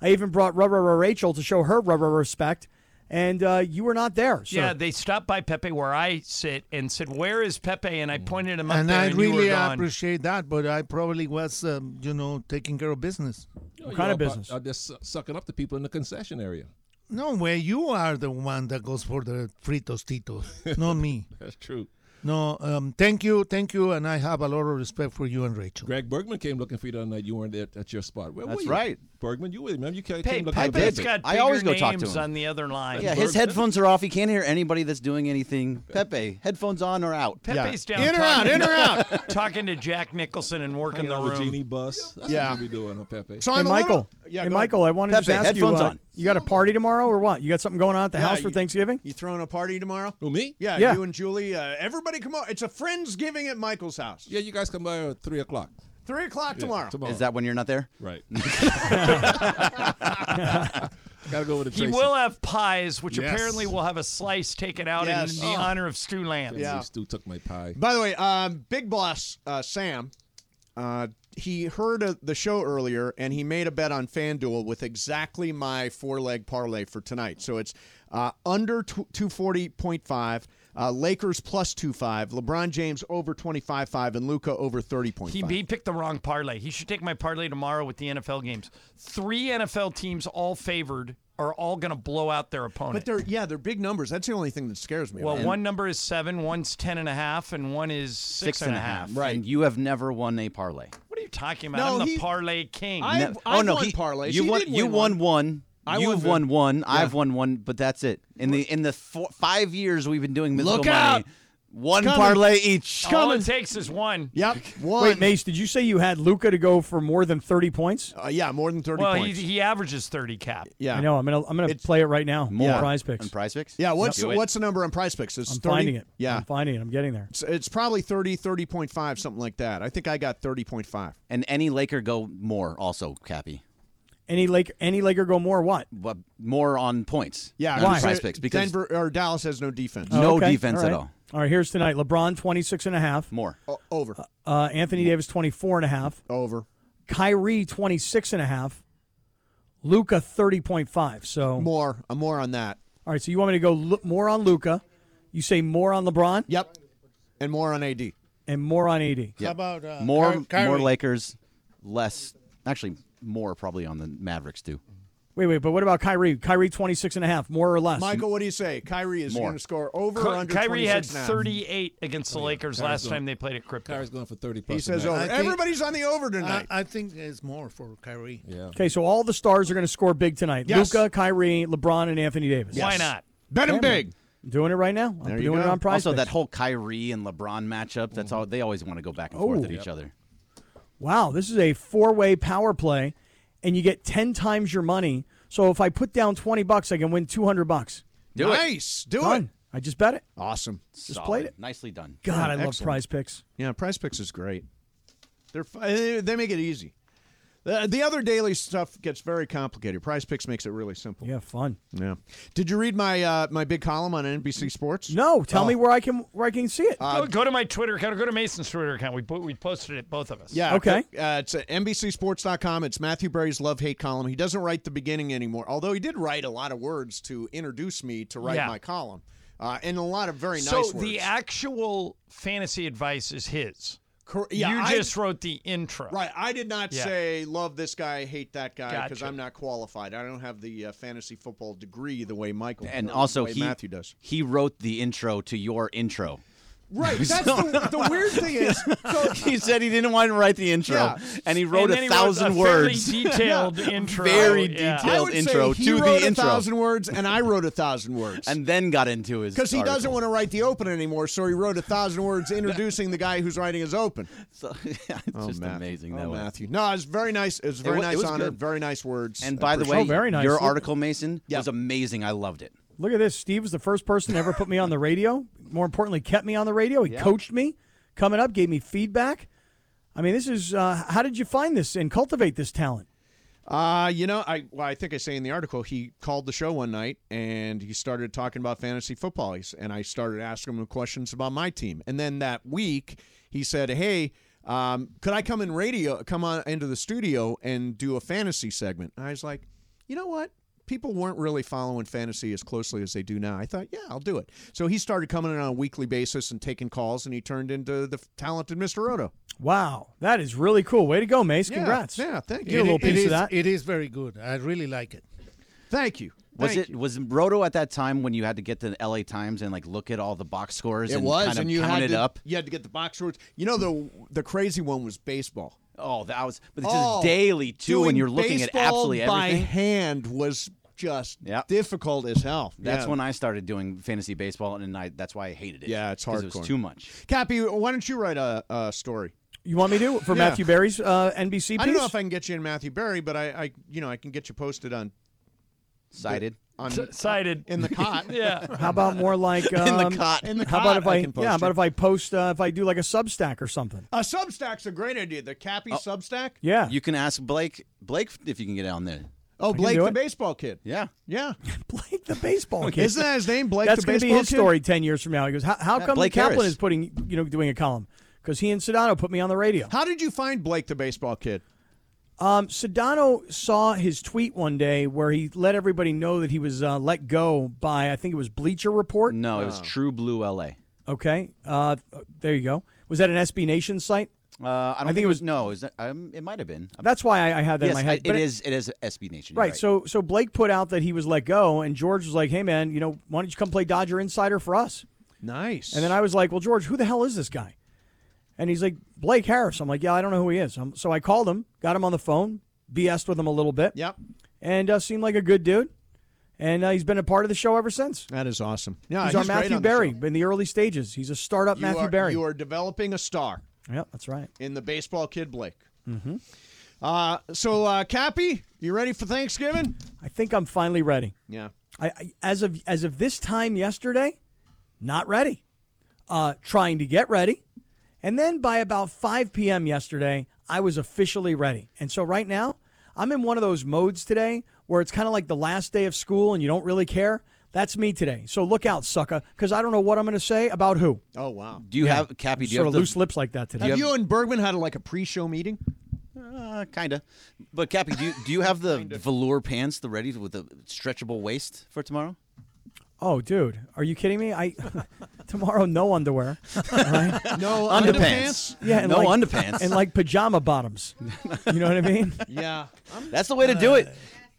[SPEAKER 12] I even brought Rubber Rachel to show her Rubber respect, and uh, you were not there. So.
[SPEAKER 2] Yeah, they stopped by Pepe where I sit and said, "Where is Pepe?" And I pointed him up
[SPEAKER 7] and
[SPEAKER 2] there,
[SPEAKER 7] I
[SPEAKER 2] and
[SPEAKER 7] really
[SPEAKER 2] you were gone.
[SPEAKER 7] appreciate that, but I probably was, um, you know, taking care of business.
[SPEAKER 6] What
[SPEAKER 12] kind of business?
[SPEAKER 6] Oh, i just su- sucking up to people in the concession area.
[SPEAKER 7] No way, you are the one that goes for the free Tostitos, not me.
[SPEAKER 6] That's true.
[SPEAKER 7] No, um, thank you, thank you, and I have a lot of respect for you and Rachel.
[SPEAKER 6] Greg Bergman came looking for you the other night. You weren't at, at your spot. Where
[SPEAKER 9] That's
[SPEAKER 6] were you?
[SPEAKER 9] right.
[SPEAKER 6] Bergman, you were. Remember, you came
[SPEAKER 2] Hey,
[SPEAKER 6] looking
[SPEAKER 9] I
[SPEAKER 6] for
[SPEAKER 9] did.
[SPEAKER 2] Pepe's
[SPEAKER 6] Pepe.
[SPEAKER 2] got
[SPEAKER 9] I always
[SPEAKER 2] bigger
[SPEAKER 9] go talk to
[SPEAKER 2] names
[SPEAKER 9] him.
[SPEAKER 2] on the other line.
[SPEAKER 9] yeah, his
[SPEAKER 6] Burn-
[SPEAKER 9] headphones are off. He can't hear anybody that's doing anything. Pepe, headphones on or out.
[SPEAKER 2] Pepe's down
[SPEAKER 1] In or out,
[SPEAKER 2] talking,
[SPEAKER 1] in or out.
[SPEAKER 2] talking to Jack Nicholson and working
[SPEAKER 6] Hanging
[SPEAKER 2] the
[SPEAKER 6] on the
[SPEAKER 2] room.
[SPEAKER 6] genie bus. That's
[SPEAKER 1] Yeah.
[SPEAKER 6] what you be doing, huh, Pepe.
[SPEAKER 1] So
[SPEAKER 12] Hey,
[SPEAKER 1] I'm a
[SPEAKER 12] Michael.
[SPEAKER 1] little- yeah,
[SPEAKER 12] hey,
[SPEAKER 1] go
[SPEAKER 12] Michael, I wanted to just
[SPEAKER 9] Pepe,
[SPEAKER 12] ask
[SPEAKER 9] headphones
[SPEAKER 12] you. uh,
[SPEAKER 9] on.
[SPEAKER 12] You got a party tomorrow or what? You got something going on at the
[SPEAKER 1] Yeah,
[SPEAKER 12] house for
[SPEAKER 1] you-
[SPEAKER 12] Thanksgiving?
[SPEAKER 1] ahead. You throwing a party tomorrow?
[SPEAKER 6] Who me?
[SPEAKER 1] Yeah,
[SPEAKER 12] Yeah.
[SPEAKER 1] you and Julie. Uh, everybody come on. It's a friendsgiving at Michael's house.
[SPEAKER 6] Yeah, you guys come by at three o'clock
[SPEAKER 1] Three o'clock tomorrow.
[SPEAKER 6] tomorrow.
[SPEAKER 9] Is that when you're not there?
[SPEAKER 6] right? Gotta go with the
[SPEAKER 2] He
[SPEAKER 6] Tracy.
[SPEAKER 2] will have pies, which
[SPEAKER 6] Yes.
[SPEAKER 2] apparently will have a slice taken out
[SPEAKER 1] Yes.
[SPEAKER 2] in the
[SPEAKER 1] Oh.
[SPEAKER 2] honor of Stu Lamb.
[SPEAKER 1] Yeah.
[SPEAKER 6] Please do took my pie.
[SPEAKER 1] By the way, um, Big Boss uh, Sam, uh, he heard uh the show earlier and he made a bet on FanDuel with exactly my four leg parlay for tonight. So it's uh, under tw 240.5. Uh, Lakers plus 2.5, LeBron James over 25.5, and Luca over 30.5.
[SPEAKER 2] He, he picked the wrong parlay. He should take my parlay tomorrow with the NFL games. Three NFL teams all favored are all going to blow out their
[SPEAKER 1] but
[SPEAKER 2] opponent.
[SPEAKER 1] they're, yeah, they're big numbers. That's the only thing that scares me.
[SPEAKER 2] Well,
[SPEAKER 1] about it.
[SPEAKER 2] one number is seven, one's ten and a half, and one is
[SPEAKER 9] Six and a half. Right. And you have never won a parlay.
[SPEAKER 2] What are you talking about?
[SPEAKER 1] No,
[SPEAKER 2] I'm the
[SPEAKER 1] he-
[SPEAKER 2] parlay king.
[SPEAKER 1] I-
[SPEAKER 9] Ne-
[SPEAKER 1] I've
[SPEAKER 9] oh no,
[SPEAKER 1] won
[SPEAKER 9] he,
[SPEAKER 1] parlays.
[SPEAKER 9] You
[SPEAKER 1] He
[SPEAKER 9] won.
[SPEAKER 1] did
[SPEAKER 9] you
[SPEAKER 1] win
[SPEAKER 9] won
[SPEAKER 1] one.
[SPEAKER 9] one.
[SPEAKER 1] I won
[SPEAKER 9] You've
[SPEAKER 1] the-
[SPEAKER 9] won one. I've won one. But that's it. In the in the four, five years we've been doing mythical
[SPEAKER 1] Look
[SPEAKER 9] money,
[SPEAKER 1] out!
[SPEAKER 9] one
[SPEAKER 1] coming.
[SPEAKER 9] parlay each.
[SPEAKER 2] all it takes is one.
[SPEAKER 1] Yep. One.
[SPEAKER 12] Wait, Mace, did you say you had Luca to go for more than 30 points?
[SPEAKER 1] Uh, yeah, more than 30
[SPEAKER 2] Well, he,
[SPEAKER 1] points.
[SPEAKER 2] he averages 30 cap.
[SPEAKER 1] yeah.
[SPEAKER 12] I know. I'm gonna I'm gonna play it right now. More
[SPEAKER 1] Yeah.
[SPEAKER 12] prize picks.
[SPEAKER 9] And prize picks.
[SPEAKER 1] Yeah, what's,
[SPEAKER 9] Do it.
[SPEAKER 1] what's the number on price picks? It's
[SPEAKER 12] I'm
[SPEAKER 1] 30?
[SPEAKER 12] finding it.
[SPEAKER 1] Yeah.
[SPEAKER 12] I'm finding it. I'm getting there.
[SPEAKER 1] It's, it's probably 30, 30.5, something like that. I think I got 30.5.
[SPEAKER 9] and any Laker go more also Cappy,
[SPEAKER 12] Any Laker any Laker go more what?
[SPEAKER 9] but more on points.
[SPEAKER 1] Yeah,
[SPEAKER 9] than
[SPEAKER 1] why?
[SPEAKER 9] prize picks because
[SPEAKER 1] Denver or Dallas has no defense.
[SPEAKER 9] No.
[SPEAKER 12] Oh, okay.
[SPEAKER 9] defense at
[SPEAKER 12] right.
[SPEAKER 9] all.
[SPEAKER 12] All right, here's tonight. LeBron 26 and a half.
[SPEAKER 9] more.
[SPEAKER 1] O- over,
[SPEAKER 12] Uh, Anthony Davis 24 and a half.
[SPEAKER 1] over,
[SPEAKER 12] Kyrie 26 and a half. Luca 30.5. So
[SPEAKER 1] more, uh, more on that.
[SPEAKER 12] All right, so you want me to go lu- more on Luca, you say more on LeBron,
[SPEAKER 1] Yep, and more on AD.
[SPEAKER 12] and more on AD.
[SPEAKER 9] Yeah.
[SPEAKER 7] about, uh,
[SPEAKER 9] more
[SPEAKER 7] Ky- Kyrie?
[SPEAKER 9] more Lakers, less actually more probably on the Mavericks too.
[SPEAKER 12] Wait, wait, but what about Kyrie? Kyrie 26 and a half, more or less?
[SPEAKER 1] Michael, what do you say? Kyrie is
[SPEAKER 9] More.
[SPEAKER 1] going to score over or
[SPEAKER 2] Ky-
[SPEAKER 1] under
[SPEAKER 2] Kyrie had
[SPEAKER 1] 26 now?
[SPEAKER 2] 38 against the Lakers last
[SPEAKER 6] Oh, going-
[SPEAKER 2] time they played at Crypto.
[SPEAKER 6] Kyrie's going for thirty plus.
[SPEAKER 1] He says
[SPEAKER 6] tonight.
[SPEAKER 1] over.
[SPEAKER 7] I think-
[SPEAKER 1] Everybody's on the over
[SPEAKER 7] I,
[SPEAKER 1] tonight.
[SPEAKER 7] I think it's more for Kyrie.
[SPEAKER 6] Yeah.
[SPEAKER 12] Okay, so all the stars are going to score big tonight.
[SPEAKER 1] Yes.
[SPEAKER 12] Luca, Kyrie, LeBron, and Anthony Davis.
[SPEAKER 2] Why not?
[SPEAKER 1] Bet him big.
[SPEAKER 12] I'm doing it right now. I'm
[SPEAKER 1] There you
[SPEAKER 12] doing it
[SPEAKER 1] go.
[SPEAKER 12] on prize.
[SPEAKER 9] also, that
[SPEAKER 12] picks.
[SPEAKER 9] whole Kyrie and LeBron matchup. That's all they always want to go back and forth at each other.
[SPEAKER 12] wow, this is a four-way power play, and you get 10 times your money. So if I put down 20 bucks, I can win 200 bucks.
[SPEAKER 9] Do it.
[SPEAKER 1] nice. Do
[SPEAKER 12] Done.
[SPEAKER 1] it.
[SPEAKER 12] I just bet it.
[SPEAKER 1] Awesome.
[SPEAKER 9] Just
[SPEAKER 12] played it.
[SPEAKER 9] Nicely done.
[SPEAKER 12] God, I love
[SPEAKER 1] excellent.
[SPEAKER 12] prize picks.
[SPEAKER 1] Yeah, Price Picks is great. They're fi- they they make it easy. The, the other daily stuff gets very complicated. Price Picks makes it really simple.
[SPEAKER 12] Yeah, fun.
[SPEAKER 1] Yeah. Did you read my uh, my big column on NBC Sports?
[SPEAKER 12] No, tell
[SPEAKER 1] Oh. Uh,
[SPEAKER 12] me where I can where I can see it.
[SPEAKER 2] go, go to my Twitter account. or Go to Mason's Twitter account. We put, we posted it, both of us.
[SPEAKER 1] Yeah.
[SPEAKER 12] Okay.
[SPEAKER 1] click, Uh, it's at NBCSports.com. It's Matthew Berry's love hate column. He doesn't write the beginning anymore, although he did write a lot of words to introduce me to write
[SPEAKER 2] Yeah.
[SPEAKER 1] my column, uh, and a lot of very
[SPEAKER 2] So
[SPEAKER 1] nice words.
[SPEAKER 2] the actual fantasy advice is his.
[SPEAKER 1] Cor- yeah,
[SPEAKER 2] you
[SPEAKER 1] I-
[SPEAKER 2] just wrote the intro.
[SPEAKER 1] right. I did not
[SPEAKER 2] Yeah.
[SPEAKER 1] say love this guy, hate that guy, because
[SPEAKER 2] Gotcha.
[SPEAKER 1] I'm not qualified. I don't have the uh, fantasy football degree the way Michael
[SPEAKER 9] And
[SPEAKER 1] or
[SPEAKER 9] also,
[SPEAKER 1] the way
[SPEAKER 9] he
[SPEAKER 1] Matthew does.
[SPEAKER 9] He wrote the intro to your intro.
[SPEAKER 1] Right. That's the, the weird thing is. So,
[SPEAKER 9] he said he didn't want to write the intro,
[SPEAKER 1] Yeah.
[SPEAKER 9] and he wrote
[SPEAKER 2] And then
[SPEAKER 9] a
[SPEAKER 2] he
[SPEAKER 9] thousand
[SPEAKER 2] a fairly
[SPEAKER 9] words.
[SPEAKER 2] detailed intro.
[SPEAKER 9] Very
[SPEAKER 2] Yeah.
[SPEAKER 9] detailed.
[SPEAKER 1] I would
[SPEAKER 9] intro
[SPEAKER 1] say he
[SPEAKER 9] to the
[SPEAKER 1] wrote a
[SPEAKER 9] intro.
[SPEAKER 1] thousand words, and I wrote a thousand words.
[SPEAKER 9] and then got into his
[SPEAKER 1] Because he doesn't
[SPEAKER 9] article.
[SPEAKER 1] want to write the open anymore, so he wrote a thousand words introducing the guy who's writing his open.
[SPEAKER 9] So, yeah, it's just amazing
[SPEAKER 1] oh,
[SPEAKER 9] that way.
[SPEAKER 1] Matthew. No, it's very nice. It was very
[SPEAKER 9] wa- it
[SPEAKER 1] nice
[SPEAKER 9] was
[SPEAKER 1] honor.
[SPEAKER 9] good.
[SPEAKER 1] Very nice words.
[SPEAKER 9] And
[SPEAKER 1] I
[SPEAKER 9] by the
[SPEAKER 1] appreciate
[SPEAKER 9] way,
[SPEAKER 12] Oh, very nice.
[SPEAKER 9] your
[SPEAKER 12] Look-
[SPEAKER 9] article, Mason,
[SPEAKER 1] Yeah.
[SPEAKER 9] was amazing. I loved it.
[SPEAKER 12] Look at this. Steve was the first person to ever put me on the radio. More importantly, kept me on the radio. He coached me coming up, gave me feedback. I mean, this is uh, how did you find this and cultivate this talent?
[SPEAKER 1] it. Uh, you know, I well, I think I say in the article he called the show one night and he started talking about fantasy football. He's, and I started asking him questions about my team. And then that week he said, "Hey, um, could I come in radio? Come on into the studio and do a fantasy segment?" And I was like, "You know what? people weren't really following fantasy as closely as they do now. I thought, yeah, I'll do it. So he started coming in on a weekly basis and taking calls, and he turned into the f- talented Mr. Roto.
[SPEAKER 12] Wow, that is really cool. Way to go, Mace.
[SPEAKER 1] Yeah,
[SPEAKER 12] Congrats.
[SPEAKER 1] yeah, thank
[SPEAKER 12] Get
[SPEAKER 1] you.
[SPEAKER 12] a little
[SPEAKER 7] It- it
[SPEAKER 12] piece
[SPEAKER 7] is-
[SPEAKER 12] of that.
[SPEAKER 7] It is very good. I really like it.
[SPEAKER 1] Thank you.
[SPEAKER 9] Was it
[SPEAKER 1] Thank you.
[SPEAKER 9] was Roto at that time when you had to get to the LA Times and like look at all the box scores
[SPEAKER 1] It
[SPEAKER 9] and
[SPEAKER 1] was,
[SPEAKER 9] kind of
[SPEAKER 1] and you
[SPEAKER 9] count
[SPEAKER 1] had
[SPEAKER 9] it
[SPEAKER 1] to,
[SPEAKER 9] up?
[SPEAKER 1] You had to get the box scores. You know the the crazy one was baseball.
[SPEAKER 9] Oh, that was but it's
[SPEAKER 1] Oh,
[SPEAKER 9] just daily too,
[SPEAKER 1] doing
[SPEAKER 9] and you're looking at
[SPEAKER 1] baseball
[SPEAKER 9] absolutely
[SPEAKER 1] by
[SPEAKER 9] everything.
[SPEAKER 1] hand was just
[SPEAKER 9] Yep.
[SPEAKER 1] difficult as hell.
[SPEAKER 9] That's
[SPEAKER 1] yeah.
[SPEAKER 9] when I started doing fantasy baseball, and I that's why I hated it.
[SPEAKER 1] Yeah, it's
[SPEAKER 9] 'Cause It
[SPEAKER 1] hardcore.
[SPEAKER 9] was too much.
[SPEAKER 1] Cappy, why don't you write a, a story?
[SPEAKER 12] You want me to do it for
[SPEAKER 1] Yeah.
[SPEAKER 12] Matthew Berry's uh, NBC piece?
[SPEAKER 1] I don't know if I can get you in Matthew Berry, but I, I you know, I can get you posted on
[SPEAKER 9] Cited.
[SPEAKER 1] on
[SPEAKER 2] Cited.
[SPEAKER 1] in the cot.
[SPEAKER 2] yeah.
[SPEAKER 12] How about more like um,
[SPEAKER 9] the cot.
[SPEAKER 1] In the
[SPEAKER 12] how about
[SPEAKER 1] cot,
[SPEAKER 12] if
[SPEAKER 1] I
[SPEAKER 12] I,
[SPEAKER 1] can post
[SPEAKER 12] yeah? How
[SPEAKER 1] it.
[SPEAKER 12] about if I post uh, if I do like a Substack or something?
[SPEAKER 1] A
[SPEAKER 9] Oh.
[SPEAKER 1] Substack's a great idea. The Cappy Substack.
[SPEAKER 12] Yeah.
[SPEAKER 9] You can ask Blake Blake if you can get on there.
[SPEAKER 1] Oh,
[SPEAKER 12] I can
[SPEAKER 1] Blake
[SPEAKER 12] do
[SPEAKER 1] the
[SPEAKER 12] it.
[SPEAKER 1] baseball kid.
[SPEAKER 9] Yeah.
[SPEAKER 1] Yeah.
[SPEAKER 12] Blake the baseball kid.
[SPEAKER 1] Isn't that his name? Blake
[SPEAKER 12] That's
[SPEAKER 1] the
[SPEAKER 12] gonna
[SPEAKER 1] baseball
[SPEAKER 12] be his
[SPEAKER 1] kid?
[SPEAKER 12] story ten years from now. He goes, "How, how
[SPEAKER 1] Yeah,
[SPEAKER 12] come
[SPEAKER 1] Blake
[SPEAKER 12] Kaplan
[SPEAKER 1] Harris.
[SPEAKER 12] is putting you know doing a column? Because he and Sedano put me on the radio."
[SPEAKER 1] How did you find Blake the baseball kid?
[SPEAKER 12] Um, Sedano saw his tweet one day where he let everybody know that he was uh, let go by I think it was Bleacher Report.
[SPEAKER 9] No, it
[SPEAKER 1] Oh.
[SPEAKER 9] was True Blue LA.
[SPEAKER 12] Okay, uh, there you go. Was that an SB Nation site?
[SPEAKER 9] Uh, I, don't
[SPEAKER 12] think it was-
[SPEAKER 9] no. Is that, um, it might have been.
[SPEAKER 12] That's why I, I had that
[SPEAKER 9] yes,
[SPEAKER 12] in my head.
[SPEAKER 9] I-
[SPEAKER 12] But
[SPEAKER 9] it is. It is SB Nation. you're
[SPEAKER 12] Right. So so Blake put out that he was let go, and George was like, "Hey man, you know, why don't you come play Dodger Insider for us?"
[SPEAKER 1] Nice.
[SPEAKER 12] And then I was like, "Well, George, who the hell is this guy?" And he's like, "Blake Harris." I'm like, "Yeah, I don't know who he is." Um so I called him, got him on the phone, BS'd with him a little bit.
[SPEAKER 1] Yep.
[SPEAKER 12] And uh, seemed like a good dude, and uh, he's been a part of the show ever since.
[SPEAKER 1] That is awesome. Yeah,
[SPEAKER 12] he's our
[SPEAKER 1] he's great
[SPEAKER 12] Matthew
[SPEAKER 1] on the
[SPEAKER 12] Berry in the early stages. He's a startup
[SPEAKER 1] You
[SPEAKER 12] Matthew
[SPEAKER 1] are,
[SPEAKER 12] Berry.
[SPEAKER 1] You are developing a star
[SPEAKER 12] Yep, that's right.
[SPEAKER 1] in the baseball kid Blake. Mm-hmm. Uh, so, uh, Cappy, you ready for Thanksgiving?
[SPEAKER 12] I think I'm finally ready.
[SPEAKER 1] Yeah.
[SPEAKER 12] I, I as of as of this time yesterday, not ready. Uh, trying to get ready, and then by about 5 p.m. yesterday, I was officially ready. And so right now, I'm in one of those modes today where it's kind of like the last day of school and you don't really care. That's me today. So look out, sucker, because I don't know what I'm going to say about who.
[SPEAKER 1] Oh, wow.
[SPEAKER 9] Do you have Cappy? Do you
[SPEAKER 12] sort
[SPEAKER 9] have
[SPEAKER 12] of
[SPEAKER 9] the-
[SPEAKER 12] loose lips like that today.
[SPEAKER 1] Have you, and Bergman had like a pre-show meeting?
[SPEAKER 9] Uh, kinda. But Cappy, do you do you have the velour pants, the ready with the stretchable waist for tomorrow?
[SPEAKER 12] Oh, dude, are you kidding me? I tomorrow no underwear. all right?
[SPEAKER 1] No
[SPEAKER 9] Underpants.
[SPEAKER 12] Yeah, and
[SPEAKER 9] no
[SPEAKER 12] like,
[SPEAKER 9] underpants.
[SPEAKER 12] and like pajama bottoms. You know what I mean?
[SPEAKER 1] Yeah.
[SPEAKER 9] That's the way to do it.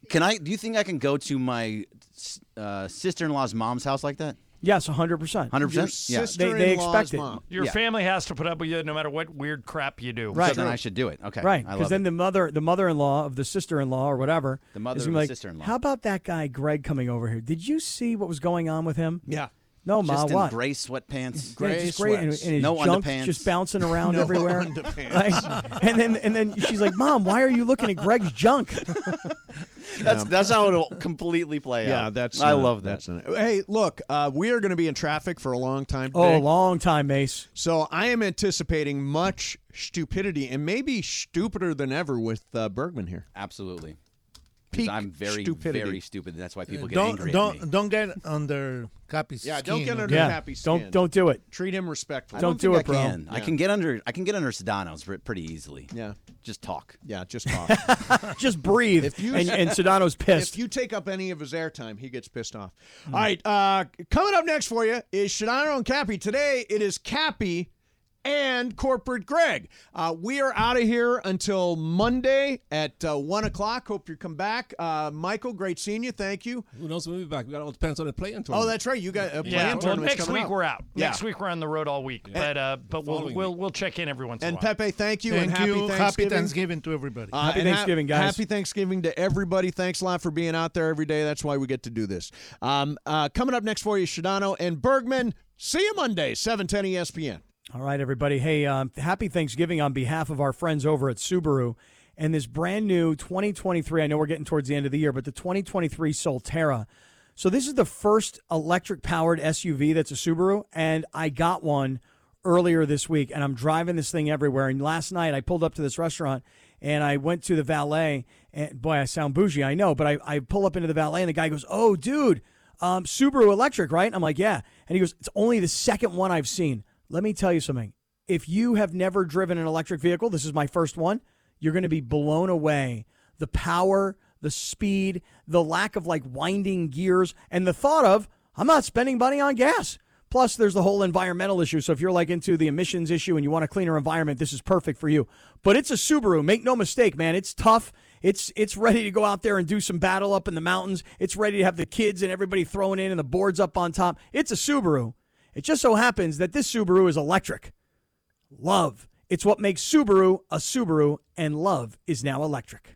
[SPEAKER 9] Can I? Do you think I can go to my s- uh, sister-in-law's mom's house like that?
[SPEAKER 12] Yes, hundred percent.
[SPEAKER 9] Hundred
[SPEAKER 1] Your
[SPEAKER 9] percent. Yeah.
[SPEAKER 1] sister-in-law's
[SPEAKER 12] They- they expect it.
[SPEAKER 1] mom.
[SPEAKER 2] Your
[SPEAKER 9] Yeah.
[SPEAKER 2] family has to put up with you no matter what weird crap you do.
[SPEAKER 9] So
[SPEAKER 12] Right.
[SPEAKER 9] then I should do it. Okay.
[SPEAKER 12] Right,
[SPEAKER 9] I
[SPEAKER 12] because
[SPEAKER 9] love
[SPEAKER 12] then
[SPEAKER 9] it.
[SPEAKER 12] the mother, the mother-in-law of the sister-in-law or whatever,
[SPEAKER 9] The mother
[SPEAKER 12] is
[SPEAKER 9] of
[SPEAKER 12] gonna be
[SPEAKER 9] the
[SPEAKER 12] like,
[SPEAKER 9] sister-in-law.
[SPEAKER 12] How about that guy Greg coming over here? Did you see what was going on with him?
[SPEAKER 1] Yeah.
[SPEAKER 12] No, ma,
[SPEAKER 9] just in
[SPEAKER 12] what?
[SPEAKER 9] gray sweatpants.
[SPEAKER 12] Yeah,
[SPEAKER 1] gray
[SPEAKER 12] just great, and, and
[SPEAKER 1] sweats.
[SPEAKER 12] his
[SPEAKER 9] No
[SPEAKER 12] junk
[SPEAKER 9] underpants.
[SPEAKER 12] just bouncing around
[SPEAKER 1] No
[SPEAKER 12] everywhere.
[SPEAKER 1] underpants.
[SPEAKER 12] Like, and then and then she's like, "Mom, why are you looking at Greg's junk?"
[SPEAKER 9] That's that's how it'll completely play out.
[SPEAKER 1] Yeah, that's.
[SPEAKER 9] I
[SPEAKER 1] not-
[SPEAKER 9] love that.
[SPEAKER 1] that's not- hey, look, uh, we are going to be in traffic for a long time.
[SPEAKER 12] Oh, a
[SPEAKER 1] Big.
[SPEAKER 12] long time, Mace.
[SPEAKER 1] So I am anticipating much stupidity and maybe stupider than ever with uh, Bergman here.
[SPEAKER 9] Absolutely. 'Cause
[SPEAKER 1] Peak
[SPEAKER 9] I'm very
[SPEAKER 1] stupidity.
[SPEAKER 9] very stupid. That's why people get
[SPEAKER 7] Uh, Don't
[SPEAKER 9] angry
[SPEAKER 7] don't
[SPEAKER 9] at me.
[SPEAKER 7] don't get under Cappy's
[SPEAKER 1] Yeah, don't
[SPEAKER 7] skin,
[SPEAKER 1] get
[SPEAKER 7] okay?
[SPEAKER 1] under-
[SPEAKER 12] Yeah,
[SPEAKER 1] happy skin.
[SPEAKER 12] don't don't do it.
[SPEAKER 1] Treat him respectfully.
[SPEAKER 9] I don't,
[SPEAKER 12] do
[SPEAKER 9] think
[SPEAKER 12] it, bro.
[SPEAKER 9] I can. I
[SPEAKER 1] Yeah.
[SPEAKER 9] can get under. I can get under Sedano's pre- pretty easily.
[SPEAKER 1] Yeah.
[SPEAKER 9] Just talk.
[SPEAKER 1] Yeah, just talk.
[SPEAKER 12] Just breathe.
[SPEAKER 1] If you-
[SPEAKER 12] and, and Sedano's pissed.
[SPEAKER 1] if you take up any of his airtime, he gets pissed off.
[SPEAKER 2] Hmm.
[SPEAKER 1] All right, uh, coming up next for you is Shadano and Cappy. Today it is Cappy and Corporate Greg. Uh, we are out of here until Monday at uh, one o'clock. Hope you come back, uh, Michael. Great seeing you. Thank you.
[SPEAKER 6] Who knows when we'll be back? We got all depends on the playing
[SPEAKER 1] Oh,
[SPEAKER 6] tournament.
[SPEAKER 1] that's right. You got a playing
[SPEAKER 2] Yeah, well,
[SPEAKER 1] tournament
[SPEAKER 2] next
[SPEAKER 1] coming
[SPEAKER 2] week
[SPEAKER 1] up.
[SPEAKER 2] we're out.
[SPEAKER 1] Yeah.
[SPEAKER 2] Next week we're on the road all week, but uh, but we'll
[SPEAKER 6] following
[SPEAKER 2] we'll, we'll check in every once in
[SPEAKER 1] And
[SPEAKER 2] a while.
[SPEAKER 1] Pepe, thank you. and
[SPEAKER 7] Thank
[SPEAKER 1] happy
[SPEAKER 7] you. Happy Thanksgiving to everybody.
[SPEAKER 1] Uh,
[SPEAKER 12] Happy
[SPEAKER 1] and hap-
[SPEAKER 12] Thanksgiving, guys.
[SPEAKER 1] Happy Thanksgiving to everybody. Thanks a lot for being out there every day. That's why we get to do this. Um, uh, coming up next for you, Shadano and Bergman. See you Monday, 710 ESPN.
[SPEAKER 12] All right, everybody. Hey, um, happy Thanksgiving on behalf of our friends over at Subaru and this brand new 2023. I know we're getting towards the end of the year, but the 2023 Solterra. So, this is the first electric powered SUV that's a Subaru, and I got one earlier this week, and I'm driving this thing everywhere. And last night, I pulled up to this restaurant and I went to the valet. And boy, I sound bougie, I know, but I, I pull up into the valet, and the guy goes, Oh, dude, um, Subaru electric, right? And I'm like, Yeah. And he goes, It's only the second one I've seen. Let me tell you something. If you have never driven an electric vehicle, this is my first one, you're going to be blown away. The power, the speed, the lack of like winding gears, and the thought of, I'm not spending money on gas. Plus, there's the whole environmental issue. So, if you're like into the emissions issue and you want a cleaner environment, this is perfect for you. But it's a Subaru. Make no mistake, man. It's tough. It's it's ready to go out there and do some battle up in the mountains. It's ready to have the kids and everybody throwing in and the boards up on top. It's a Subaru. It just so happens that this Subaru is electric. Love. It's what makes Subaru a Subaru, and love is now electric.